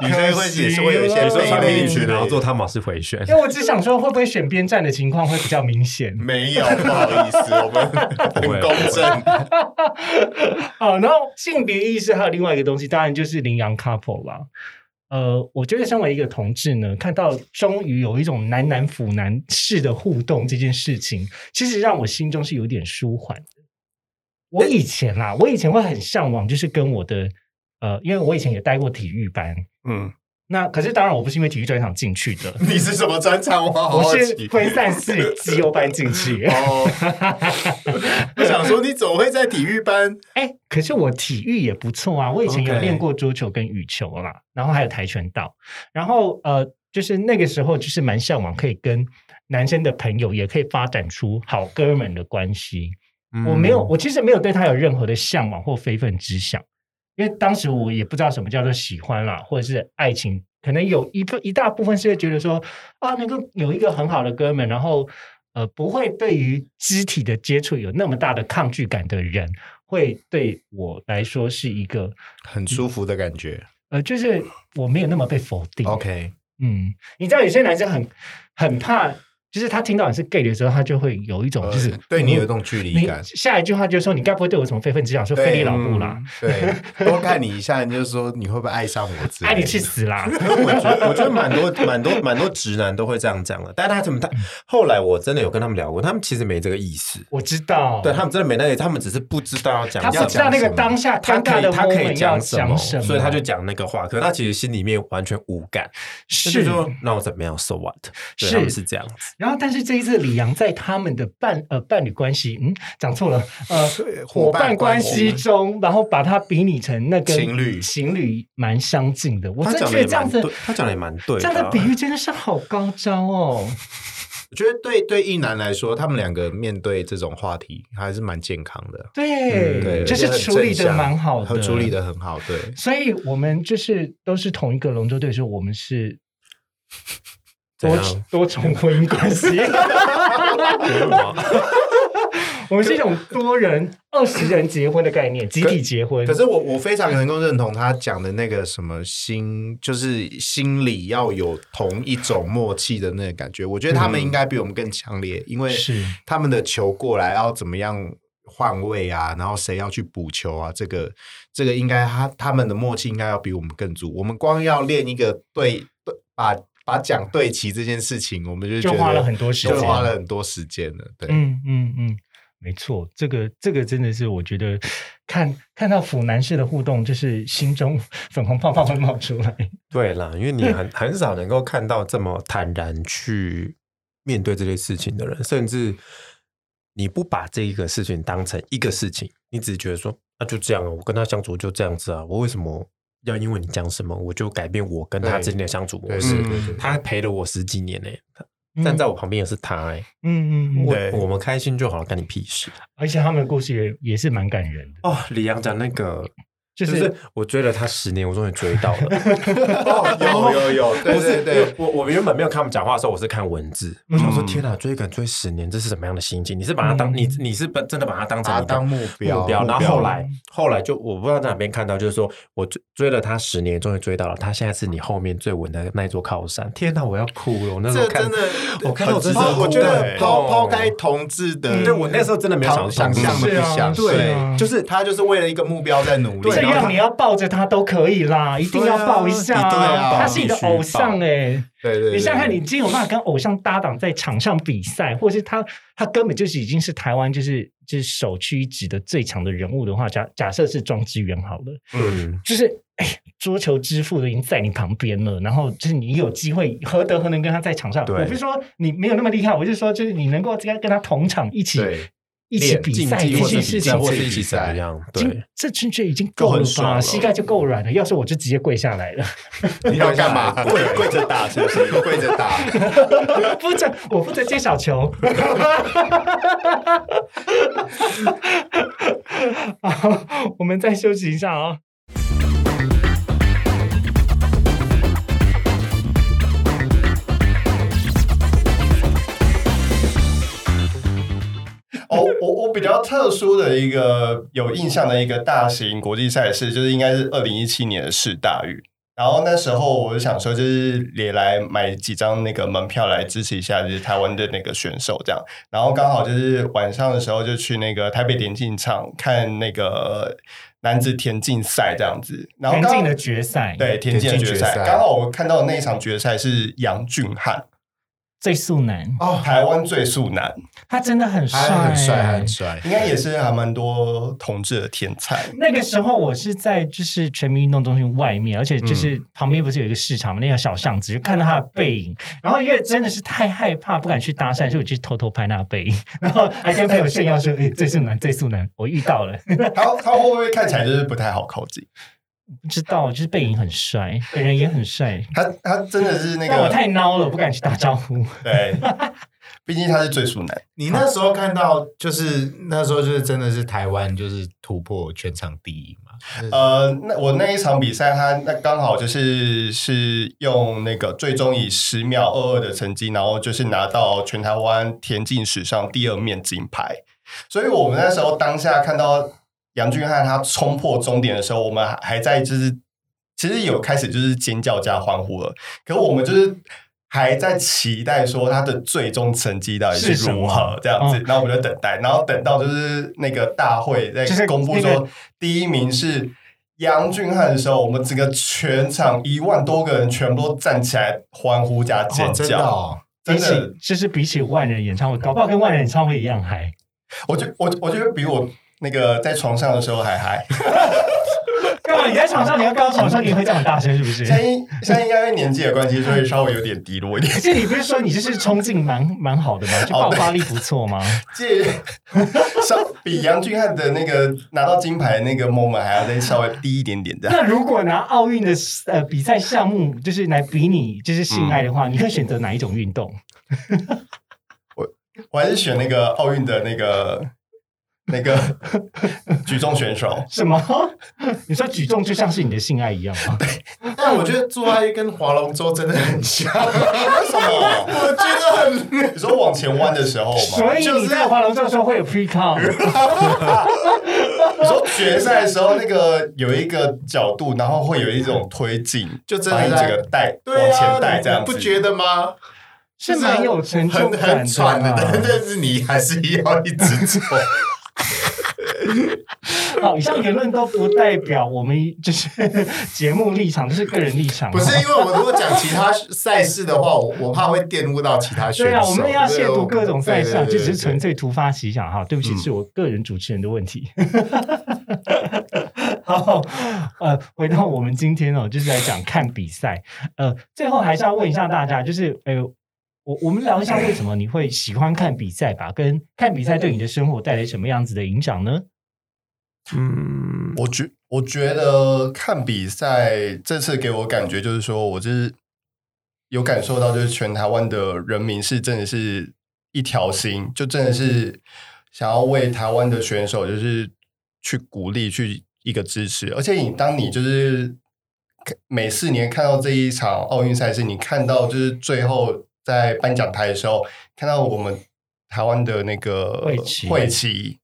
S3: 女生会也是会有一些
S2: 有时候穿
S3: 妹妹
S2: 迷你
S3: 之
S2: 裙，
S3: 类的
S2: 然后做汤马士回旋
S1: 因。为我只想说，会不会选边站的情况会比较明显？
S3: 没有，不好意思，我们很公 正。
S1: 好，然后性别意识还有另外一个东西，当然就是羚羊 couple 啦。呃，我觉得身为一个同志呢，看到终于有一种男男腐男式的互动这件事情，其实让我心中是有点舒缓的。我以前啦，我以前会很向往，就是跟我的呃，因为我以前也待过体育班，
S4: 嗯，
S1: 那可是当然我不是因为体育专场进去的，
S3: 你是什么专场？我好
S1: 我
S3: 好
S1: 是
S3: 奇。
S1: 挥散 式绩优班进去。
S3: 哦， 我想说，你怎么会在体育班？
S1: 哎、可是我体育也不错啊，我以前有
S3: OK
S1: 练过桌球跟羽球啦，然后还有跆拳道，然后呃，就是那个时候就是蛮向往可以跟男生的朋友也可以发展出好哥们的关系。我没有，我其实没有对他有任何的向往或非分之想，因为当时我也不知道什么叫做喜欢啦，或者是爱情，可能有一部一大部分是会觉得说啊，能够有一个很好的哥们，然后呃，不会对于肢体的接触有那么大的抗拒感的人，会对我来说是一个
S3: 很舒服的感觉。
S1: 呃，就是我没有那么被否定。
S3: OK，
S1: 嗯，你知道有些男生很很怕，就是他听到你是 gay 的时候，他就会有一种
S3: 呃
S1: 就是、嗯
S3: 对你有一种距离
S1: 你
S3: 感。
S1: 下一句话就说你该不会对我有什么非分之想，说非你老母啦，
S3: 嗯对，多看你一下，你就说你会不会爱上我
S2: 嗯
S3: 之类
S1: 爱
S3: 的？
S1: 你去死啦！
S2: 我觉得我觉得蛮多蛮多蛮多直男都会这样讲的，但他怎么他后来我真的有跟他们聊过，他们其实没这个意思，
S1: 我知道，
S2: 对他们真的没那个意思，他们只是不知道要讲
S1: 他
S2: 要
S1: 不知道
S2: 讲
S1: 那个
S2: 什么
S1: 当下
S2: 他
S1: 尴
S2: 可
S1: 尬
S2: 以
S1: 的
S2: 他可以
S1: moment 要
S2: 讲什
S1: 讲
S2: 么，
S1: 什么，
S2: 所以他就讲那个话，可是他其实心里面完全无感，他就是说那我怎么样，so what？对
S1: 是
S2: 他们是这样子，
S1: 然后，但是这一次李阳在他们的伴呃伴侣关系，嗯，讲错了，呃，伙伴关系中，然后把他比拟成那个
S3: 情侣
S1: 情侣蛮相近的。我
S2: 他
S1: 真的
S2: 讲
S1: 觉
S2: 的也啊
S1: 得这样
S2: 蛮
S1: 子，，
S2: 对他讲的也蛮对
S1: 这样
S2: 的
S1: 的
S2: 啊，
S1: 比喻真的是好高招哦。
S3: 我觉得对对一男来说，他们两个面对这种话题还是蛮健康的，
S1: 对，
S2: 嗯
S3: 对，
S1: 就是
S3: 而且很
S1: 处理
S3: 正
S1: 的
S3: 向
S1: 蛮好
S3: 和
S1: 的，
S3: 处理的很好，对，
S1: 所以我们就是都是同一个龙舟队，所以我们是
S2: 怎
S1: 多
S2: 样
S1: 多重婚姻关系，我们是一种多人二十人结婚的概念，集体结婚。
S3: 可是我我非常能够认同他讲的那个什么心，就是心里要有同一种默契的那个感觉。我觉得他们应该比我们更强烈，因为
S1: 嗯是
S3: 他们的球过来要怎么样换位啊，然后谁要去补球啊，这个这个应该他他们的默契应该要比我们更足。我们光要练一个对对把把讲对齐这件事情，我们就
S1: 就
S3: 觉得
S1: 花了很多时间
S3: 就花了很多时间了。对，
S1: 嗯嗯嗯，没错，这个这个真的是我觉得看看到腐男式的互动，就是心中 粉红泡泡会冒出来。
S2: 对啦，因为你很很少能够看到这么坦然去面对这些事情的人，甚至你不把这一个事情当成一个事情，你只觉得说那、就这样啊，我跟他相处就这样子啊，我为什么要因为你讲什么我就改变我跟他
S3: 对
S2: 之间的相处模
S3: 对
S2: 式
S3: 是，
S4: 嗯？
S3: 对对
S2: 他陪了我十几年呢、站在我旁边也是他哎、
S1: 嗯嗯嗯，
S3: 对
S2: 我我们开心就好了，干你屁事
S1: 而且他们的故事也也是蛮感人的，
S2: 哦！李阳讲那个，
S1: 就、
S2: 就是是我追了他十年，我终于追到 了。
S3: 哦，有有有， 对
S2: 不是
S3: 对对，
S2: 我我原本没有看他们讲话的时候，我是看文字，我想说
S4: 嗯
S2: 天哪，追一个人追十年，这是什么样的心情？你是把他当、
S1: 嗯
S2: 你你是把真的把他当成
S3: 把它
S2: 你的
S3: 当目标
S2: 目标，
S3: 目
S2: 然后
S3: 标
S2: 后来后来就我不知道在哪边看到，就是说我追追了他十年，终于追到了，他现在是你后面最稳的那一座靠山。天哪，我要哭了！我那时
S3: 这
S2: 候
S3: 个
S2: 看
S3: 真的，
S2: 我看到
S3: 很
S2: 真的
S3: 抛我觉
S2: 很
S3: 得
S2: 感
S3: 抛
S2: 动
S3: 抛开同志的，
S2: 嗯对我那时候真的没有想到
S3: 想象的
S1: 是啊
S3: 不想，
S1: 对
S2: 嗯
S1: 啊
S3: 就是他就是为了一个目标在努力，
S1: 这
S3: 然后
S1: 样
S3: 他
S1: 你要抱着他都可以啦，一定要抱一下、
S3: 对啊一定要抱
S1: 他是你的偶像哎、
S3: 对对，对
S1: 你想想看，你今天有办法跟偶像搭档在场上比赛，或者是他他根本就是已经是台湾就是就是首屈一指的最强的人物的话，假假设是庄智渊好了，
S2: 嗯，
S1: 就是哎桌球之父都已经在你旁边了，然后就是你有机会何德何能跟他在场上？
S2: 对
S1: 我不是说你没有那么厉害，我是说就是你能够跟跟他同场一起
S3: 对
S1: 一起比赛
S2: 竞技
S1: 这
S2: 或
S1: 件
S2: 者
S1: 事情
S2: 比赛，或
S3: 是
S2: 者一起怎么样？
S1: 今
S2: 对，
S1: 这真就已经够了
S4: 就很爽
S1: 吧？
S4: 了
S1: 膝盖就够软了。要是我就直接跪下来了，
S3: 你要干嘛？
S4: 跪跪着打是不是？
S3: 跪着打，
S1: 负责我负责接小球。 好，我们再休息一下哦。
S4: 哦，我我比较特殊的一个有印象的一个大型国际赛事，就是应该是二零一七年的世大运。然后那时候我就想说，就是也来买几张那个门票来支持一下，就是台湾的那个选手这样。然后刚好就是晚上的时候就去那个台北田径场看那个男子田径赛这样子。然后
S1: 田
S4: 刚
S1: 径的决赛，
S4: 对田径的
S3: 田径
S4: 决
S3: 决
S4: 赛，
S3: 赛
S4: 刚好我看到的那一场决赛是杨俊翰，
S1: 最速男，
S3: 哦，
S4: 台湾最速男，
S1: 他真的很帅，
S3: 他很帅，他很帅，
S4: 应该也是还蛮多同志的天才。
S1: 那个时候我是在就是全民运动中心外面，而且
S4: 嗯
S1: 就是旁边不是有一个市场嘛，那条小巷子，就看到他的背影。然后因为真的是太害怕，不敢去搭讪，所以我就偷偷拍他的背影， 然后还跟朋友炫耀说：“哎、最速男，最速男，我遇到了。
S4: 他他会不会看起来就是不太好靠近？”
S1: 不知道，就是背影很帅，本人也很帅。
S4: 他他真的是那
S1: 但我
S4: 个
S1: 太孬了，我不敢去打招呼。
S4: 对，毕竟他是最熟男。
S3: 你那时候看到，就是那时候就是真的是台湾就是突破全场第一嘛，
S4: 呃，那我那一场比赛，他那刚好就是是用那个最终以十秒二二的成绩，然后就是拿到全台湾田径史上第二面金牌。所以我们那时候当下看到杨俊翰他冲破终点的时候，我们还还在就是其实有开始就是尖叫加欢呼了，可我们就是。还在期待说他的最终成绩到底是
S1: 是什
S4: 如
S1: 么
S4: 何这样子
S1: 嗯，
S4: 然后我们就等待，然后等到就是那个大会在
S1: 就是
S4: 公布
S1: 那个
S4: 说第一名是杨俊翰的时候，我们整个全场一万多个人全部都站起来欢呼加尖
S3: 哦真的
S4: 叫，
S3: 哦，
S1: 比
S4: 真
S1: 起
S4: 的，
S1: 就是比起万人演唱会，搞不好跟万人演唱会一样嗨。
S4: 我觉我我觉得比我那个在床上的 时候还嗨。
S1: 干嘛？你在床上，你要刚到床上，你会这样很大声是不是？
S4: 现在因现在应该因为年纪的关系，所以稍微有点低落一点
S1: 可。是你不是说你就是冲劲蛮蛮好的吗？就爆发力不错吗？
S4: 介 稍比杨俊翰的那个拿到金牌的那个 moment 还要再稍微低一点点 这 样。
S1: 那如果拿奥运的呃比赛项目，就是来比你就是性爱的话，你会选择哪一种运动？
S4: 我还是选那个奥运的那个那个 举重选手。
S1: 什么？ 你说举重就像是你的性爱一样吗？
S3: 但我觉得做爱跟划龙舟真的很像，
S4: 为什么？
S3: 我觉得很
S4: 你说往前弯的时候吗？
S1: 所以你在划龙舟的时候会有 pre con，
S4: 你说决赛的时候那个有一个角度，然后会有一种推进，
S3: 就真的
S4: 把你
S3: 在
S4: 整个带
S3: 对
S4: 往
S3: 啊，
S4: 前带这样
S3: 你
S4: 子，
S3: 不觉得吗？
S1: 是蛮有成就
S3: 啊很
S1: 感
S3: 很喘
S1: 的
S3: 的，但
S1: 啊。
S3: 但是你还是要一直做。
S1: 好，以上言论都不代表我们就是 节目立场，就是个人立场。
S3: 不是因为我如果讲其他赛事的话，我我怕会玷污到其他选手。
S1: 对啊，我们要亵
S3: 对
S1: 渎各种赛项，
S3: 对
S1: 这
S3: 对对
S1: 只是纯
S3: 对
S1: 粹突发奇想哈。对不起，
S3: 嗯
S1: 是我个人主持人的问题。 好，呃，回到我们今天哦，就是来讲看比赛。呃，最后还是要问一下大家，就是呃，我我们聊一下为什么你会喜欢看比赛吧，跟看比赛对你的生活带来什么样子的影响呢？
S2: 嗯，
S4: 我觉我觉得看比赛这次给我感觉就是说，我就是有感受到，就是全台湾的人民是真的是一条心，就真的是想要为台湾的选手就是去鼓励，去一个支持。而且你当你就是每四年看到这一场奥运赛事，你看到就是最后在颁奖台的时候，看到我们台湾的那个
S1: 会旗
S4: 会旗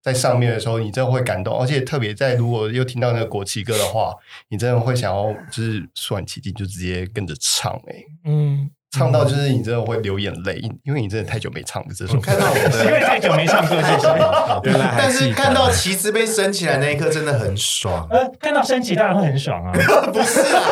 S4: 在上面的时候，你真的会感动，而且特别在如果又听到那个国旗歌的话，你真的会想要就是肃然起敬，就直接跟着唱哎、欸
S1: 嗯，
S4: 唱到就是你真的会流眼泪，因为你真的太久没唱了这首歌
S3: 看。到 我
S1: 因为
S3: 的，哦
S1: 太久没唱歌， 是不是？
S2: 原来还
S3: 但是
S2: 记得
S3: 看到旗子被升起来那一刻真的很爽。
S1: 呃，看到升旗当然会很爽啊。
S3: 不是啊，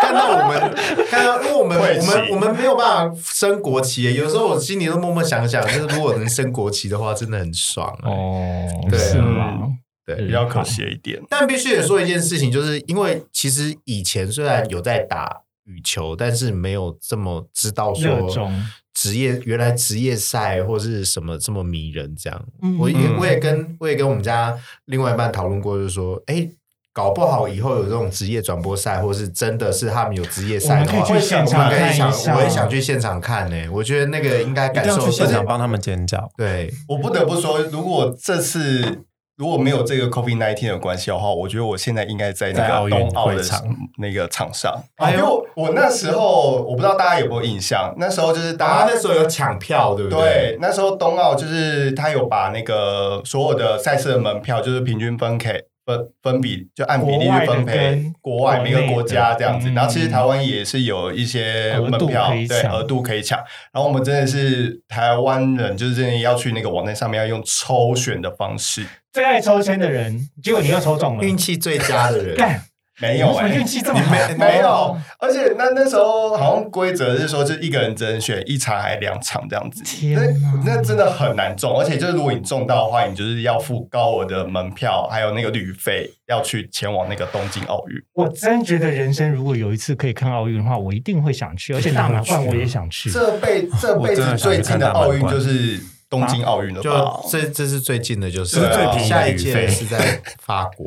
S3: 看到我们，看到，因为我们
S4: 会
S3: 我
S4: 旗
S3: 们我们没有办法升国旗耶，有时候我心里都默默想想，就是如果能升国旗的话，真的很爽哦。
S1: 哦，
S3: 对啊
S1: 是吗？
S3: 对
S4: 比较可惜一点，
S3: 但必须也说一件事情，就是因为其实以前虽然有在打羽球，但是没有这么知道
S1: 热
S3: 说
S1: 衷
S3: 职业原来职业赛或是什么这么迷人这样。
S1: 嗯
S3: 我也
S4: 嗯
S3: 我也跟我也跟我们家另外一半讨论过，就是说，哎。搞不好以后有这种职业转播赛，或是真的是他们有职业赛的话，
S1: 我们可以去现场
S3: 我可以
S1: 看一
S3: 想
S1: 下哦
S3: 我也想去现场看呢、我觉得那个应该
S2: 一定
S3: 感
S2: 要
S3: 受
S2: 去现
S3: 而
S2: 场
S3: 且
S2: 帮他们尖叫。
S3: 对，
S4: 我不得不说，如果这 次如果没有这个 COVID nineteen 的关系的话，我觉得我现在应该在
S2: 在
S4: 那
S2: 奥
S4: 个
S2: 运
S4: 冬奥
S2: 会
S4: 的
S2: 场
S4: 那个场上，
S3: 哎呦
S4: 因为我我那时候我不知道大家有没有印象，那时候就是
S3: 大
S4: 大
S2: 啊
S3: 家
S4: 家
S3: 那时候有抢票，对不
S4: 对，那时候冬奥就是他有把那个所有的赛事的门票就是平均分给分分比，就按比例去分
S1: 国外的
S4: 配
S1: 跟
S4: 国外每个国家这样子
S1: 国。内的嗯
S4: 然后其实台湾也是有一些门票
S1: 额度可以
S4: 对
S1: 抢
S4: 额度可以抢，然后我们真的是台湾人，就是真的要去那个网站上面要用抽选的方式，
S1: 最爱抽签的人，结果你又抽中了，
S3: 运气最佳 的人，
S1: 干
S4: 没有
S1: 你为什
S4: 哎、
S1: 么运啊气这么好？
S4: 没有，而且那那时候好像规则是说，就是一个人只能选一场还两场这样子。
S1: 天
S4: 那
S1: 哪
S4: 那真的很难中，而且就是如果你中到的话，你就是要付高额的门票，还有那个旅费，要去前往那个东京奥
S2: 嗯
S4: 运。
S1: 我真觉得人生如果有一次可以看奥运的话，我一定会想去，而且大满贯我也想去。
S4: 这辈这辈
S2: 我真
S4: 子
S2: 的想
S4: 最
S2: 去
S4: 近
S2: 看
S4: 的
S2: 大满贯
S4: 奥运就是东京奥运了吧
S3: 就？
S1: 哦
S3: 这这是最近的，就是
S4: 这是最便宜的
S3: 下一
S2: 旅
S3: 届
S2: 费
S3: 是在法国，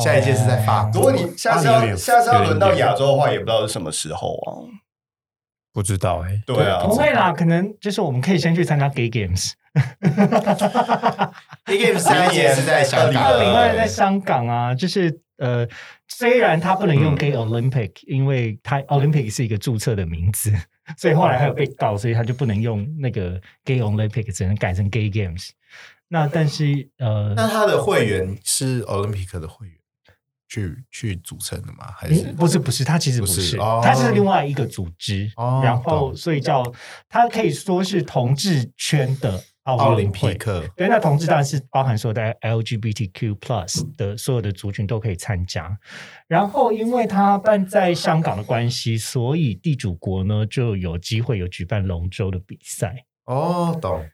S3: 下一届是在法
S4: 如
S3: 国
S4: 果。你下次
S2: 那你有
S4: 要
S2: 点
S4: 下次要轮到
S2: 有点
S4: 亚洲的话，也不知道是什么时候啊。
S2: 不知道哎，
S4: 对啊
S1: 不，会啦，可能就是我们可以先去参加 Gay Games，
S3: A Game 下一届是在香
S4: 呃
S3: 港，
S1: 二零二在香港啊，就是呃，虽然它不能
S4: 嗯
S1: 用 Gay Olympic，、因为它 Olympic 是一个注册的名字， 所以后来还有被告，所以它就不能用那个 Gay Olympic，只能改成 Gay Games。那但是呃，
S3: 那他的会员是 Olympic 的会员去去组成的吗？还
S1: 诶
S3: 是
S1: 不是不是，它其实不
S3: 不是
S1: 是，
S3: 哦
S1: 它是另外一个组织，
S3: 哦
S1: 然后
S3: 懂
S1: 所以叫它可以说是同志圈的奥
S3: 奥
S1: 运
S3: 林
S1: 会
S3: 匹。克？
S1: 对，那同志当然是包含所有的 LGBTQ plus 的所有的族群都可以参加。然后，因为它办在香港的关系，所以地主国呢就有机会有举办龙舟的比赛
S3: 哦，懂。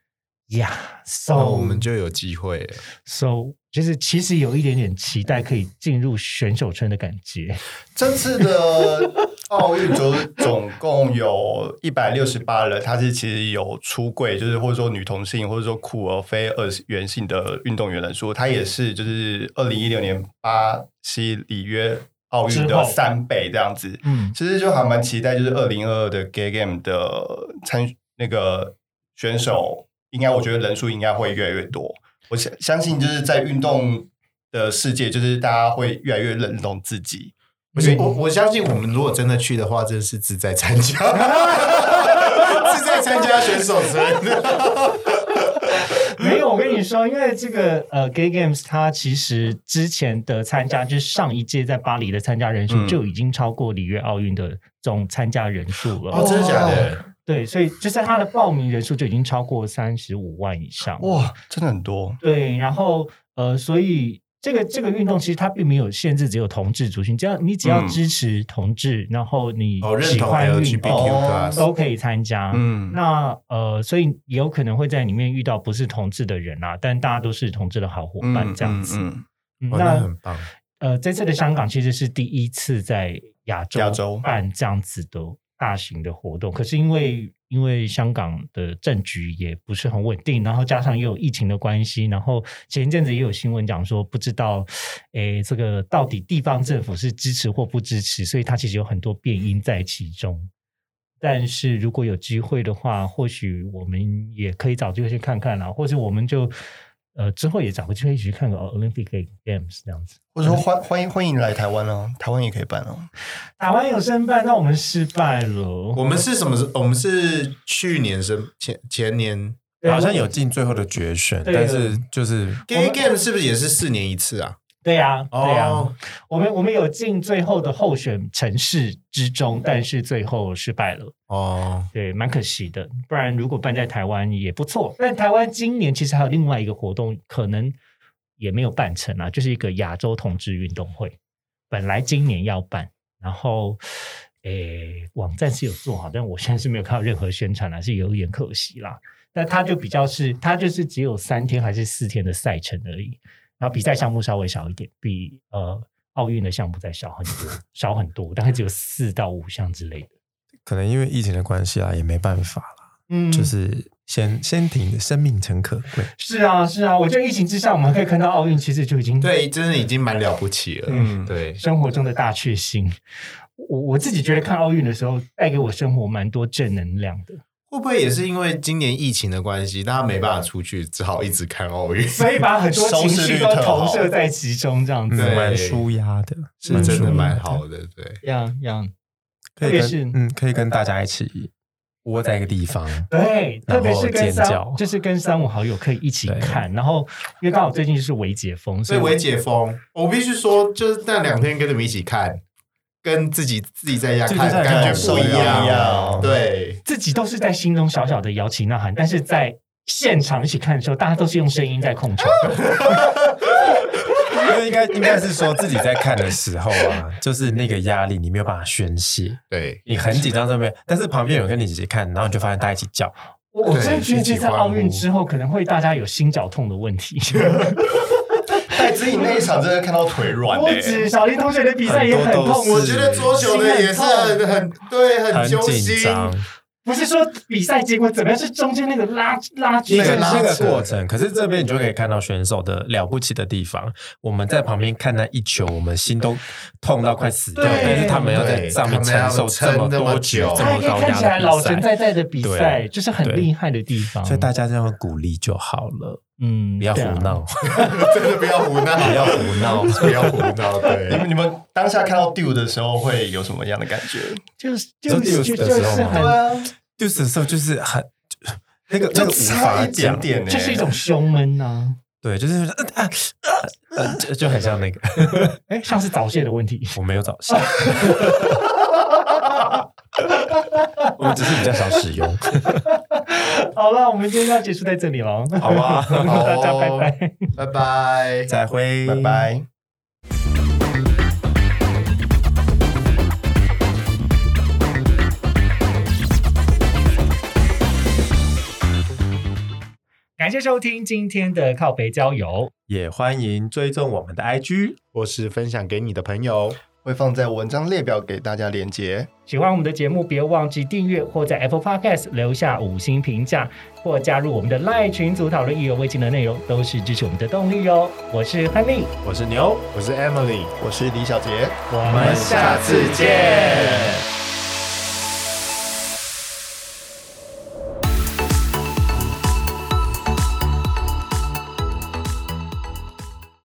S1: 呀。so
S3: 那我们就有机会了。
S1: so 就是其实有一点点期待可以进入选手村的感觉。
S4: 这次的奥运就是总共有一百六十八人，他是其实有出柜，就是或者说女同性，或者说酷儿非二元性的运动员人数，他也是就是二零一六年巴西里约奥运
S1: 之
S4: 的
S1: 后
S4: 三倍这样子。
S1: 嗯，
S4: 其实就还蛮期待，就是二零二二的 Gay Game 的参那个选手。应该我觉得人数应该会越来越多。我相相信就是在运动的世界，就是大家会越来越认同自己。
S3: 我信我我相信我们如果真的去的话，真的是自在参加， 自在参加选手村。
S1: 没有，我跟你说，因为这个呃，Gay Games 它其实之前的参加，就是上一届在巴黎的参加人数
S4: 嗯
S1: 就已经超过里约奥运的总参加人数了。
S3: 哦，真的假的？
S1: 对，所以就是它的报名人数就已经超过三十五万以上。
S4: 哇，真的很多。
S1: 对，然后呃，所以这个这个运动其实它并没有限制只有同志族群，只要你只要
S4: 嗯
S1: 支持同志，然后你
S3: 哦，认
S1: 喜
S3: 同
S1: 欢运
S3: LGBTQ
S1: 动、
S4: 哦
S3: plus，
S1: 都可以参加。
S4: 嗯，
S1: 那呃，所以也有可能会在里面遇到不是同志的人啊，但大家都是同志的好伙伴这样子。
S4: 嗯嗯
S1: 嗯
S3: 哦，那很棒。
S1: 呃，这次的香港其实是第一次在亚洲
S4: 亚洲
S1: 办这样子的大型的活动，可是因为因为香港的政局也不是很稳定，然后加上又有疫情的关系，然后前一阵子也有新闻讲说，不知道诶这个到底地方政府是支持或不支持，所以它其实有很多变因在其中。但是如果有机会的话，或许我们也可以找机会去看看啦，或者我们就呃之后也找个机会一起去看个 Olympic Games 这样子。
S4: 或者说欢欢迎欢迎来台湾啊，台湾也可以办 啊。
S1: 台湾有申办，那我们失败了。
S3: 我们是什么时候？我们是去年生前前年
S1: 对
S2: 好像有进最后的决选，
S1: 对
S2: 但是就是
S3: ，Gay Game 是不是也是四年一次啊？
S1: 对呀、对
S2: 啊
S1: 呀、
S3: 哦，
S1: 我们我们有进最后的候选城市之中，但是最后失败了，
S3: 哦，
S1: 对，蛮可惜的。不然如果办在台湾也不错。但台湾今年其实还有另外一个活动，可能也没有办成啊，就是一个亚洲同志运动会，本来今年要办，然后。诶，网站是有做好，但我现在是没有看到任何宣传啦，是有一点可惜啦。但它就比较是，它就是只有三天还是四天的赛程而已，然后比赛项目稍微少一点，比呃奥运的项目再少很多，少很多，大概只有四到五项之类的。
S2: 可能因为疫情的关系啊，也没办法啦，
S1: 嗯
S2: 就是先先停，生命诚可贵。
S1: 是啊是啊，我觉得疫情之下，我们可以看到奥运其实就已经
S3: 对，真的已经蛮了不起了。
S4: 嗯
S3: 对，
S1: 生活中的大确幸。我我自己觉得看奥运的时候，带给我生活蛮多正能量的。
S3: 会不会也是因为今年疫情的关系，大家没办法出去，只好一直看奥 运？
S1: 所以把很多情
S4: 收视
S1: 绪
S4: 率
S1: 都
S4: 特好
S1: 投射在其中，这样子。
S3: 对
S2: 蛮舒压的，
S3: 是真的蛮
S2: 舒压
S3: 好的，对。
S1: 这样这样，
S2: 可
S1: 特
S2: 以
S1: 别是
S2: 跟嗯，可以跟大家一起窝在一个地方，
S1: 对，
S2: 然
S1: 特别
S2: 后
S1: 是跟
S2: 尖
S1: 三
S2: 叫，
S1: 就是跟三五好友可以一起看。然后，因为刚好最近就是微解封，
S3: 所以微解封，我必须说，就是那两天跟你们一起看，跟自己自己在家看，
S2: 自己在家
S3: 感觉
S2: 看
S3: 不一
S2: 不一
S3: 样。
S2: 啊
S4: 样
S3: 对，
S1: 自己都是在心中小小的摇旗呐喊，但是在现场一起看的时候，大家都是用声音在控球。
S2: 因为应该应该是说自己在看的时候啊，就是那个压力你没有办法宣泄，
S3: 对，
S2: 你很紧张这边，但是旁边有人跟你一起看，然后你就发现大家一起叫，
S1: 我我真的觉得
S3: 一起
S1: 这次
S3: 欢
S1: 奥运
S3: 呼
S1: 之后，可能会大家有心绞痛的问 题。
S4: 戴资颖那一场真的看到腿软
S1: 不
S4: 嘞、
S1: 止小林同学的比赛也很
S2: 很多都
S1: 痛，
S2: 是
S1: 我
S3: 我觉得桌球的也是很很对，很揪
S2: 紧
S3: 心。
S2: 张，
S1: 不是说比赛结果怎么样，是中间那个拉拉锯
S2: 那
S3: 那
S2: 个
S3: 个拉
S2: 那个
S3: 扯
S2: 过程。可是这边你就可以看到选手的了不起的地方，我们在旁边看那一球，我们心都痛到快死掉，
S1: 对
S2: 但是他们要在
S3: 对
S2: 上面
S3: 他们要
S2: 承受这么
S3: 撑那么久
S2: 多球，这
S1: 他
S2: 么
S1: 还可以
S2: 高
S1: 看起来
S2: 压
S1: 老
S2: 的
S1: 神
S2: 比
S1: 在
S2: 赛。
S1: 在的比赛，
S2: 对
S1: 就是很厉害的地方。
S2: 所以大家这样鼓励就好了，
S1: 嗯
S2: 不要胡，闹，
S4: 啊
S3: 真的不要胡闹，。
S2: 不要胡闹
S3: 不要胡闹。
S4: 你
S3: 对，
S4: 们你们当下看到 d u 的时候会有什么样的感觉？
S1: 对啊就是
S2: 就
S1: 就是
S2: 是
S1: 就
S2: 的
S1: 就
S2: 时候啊
S1: 是
S2: 嘛
S1: 很
S2: 就是的时候就是很就那个那
S4: 就
S2: 个无
S4: 差
S2: 法
S4: 一点
S2: 讲，
S4: 点呢、
S1: 就是一种胸闷呐。
S2: 对，就是呃啊啊啊就就很像那个
S1: 哎，像是早泄的问题。
S2: 我没有早泄， 我只是比较少使用，
S1: 好了，我们今天要结束在这里 了，
S2: 好 吧，
S1: 大家拜拜。
S3: 拜拜。
S2: 再会，
S4: 拜拜。
S1: 感谢收听今天的靠北郊游，
S2: 也欢迎追踪我们的 IG。
S3: 我是分享给你的朋友，
S4: 会放在文章列表给大家连接。
S1: 喜欢我们的节目，别忘记订阅或在 Apple Podcast 留下五星评价，或加入我们的赖群组讨论意犹未尽的内容，都是支持我们的动力哦。我是亨利，
S2: 我是牛。
S3: 我是 Emily。
S4: 我是李小杰，
S1: 我
S2: 们
S1: 们
S2: 下
S1: 下
S2: 次
S1: 次
S2: 见
S1: 见。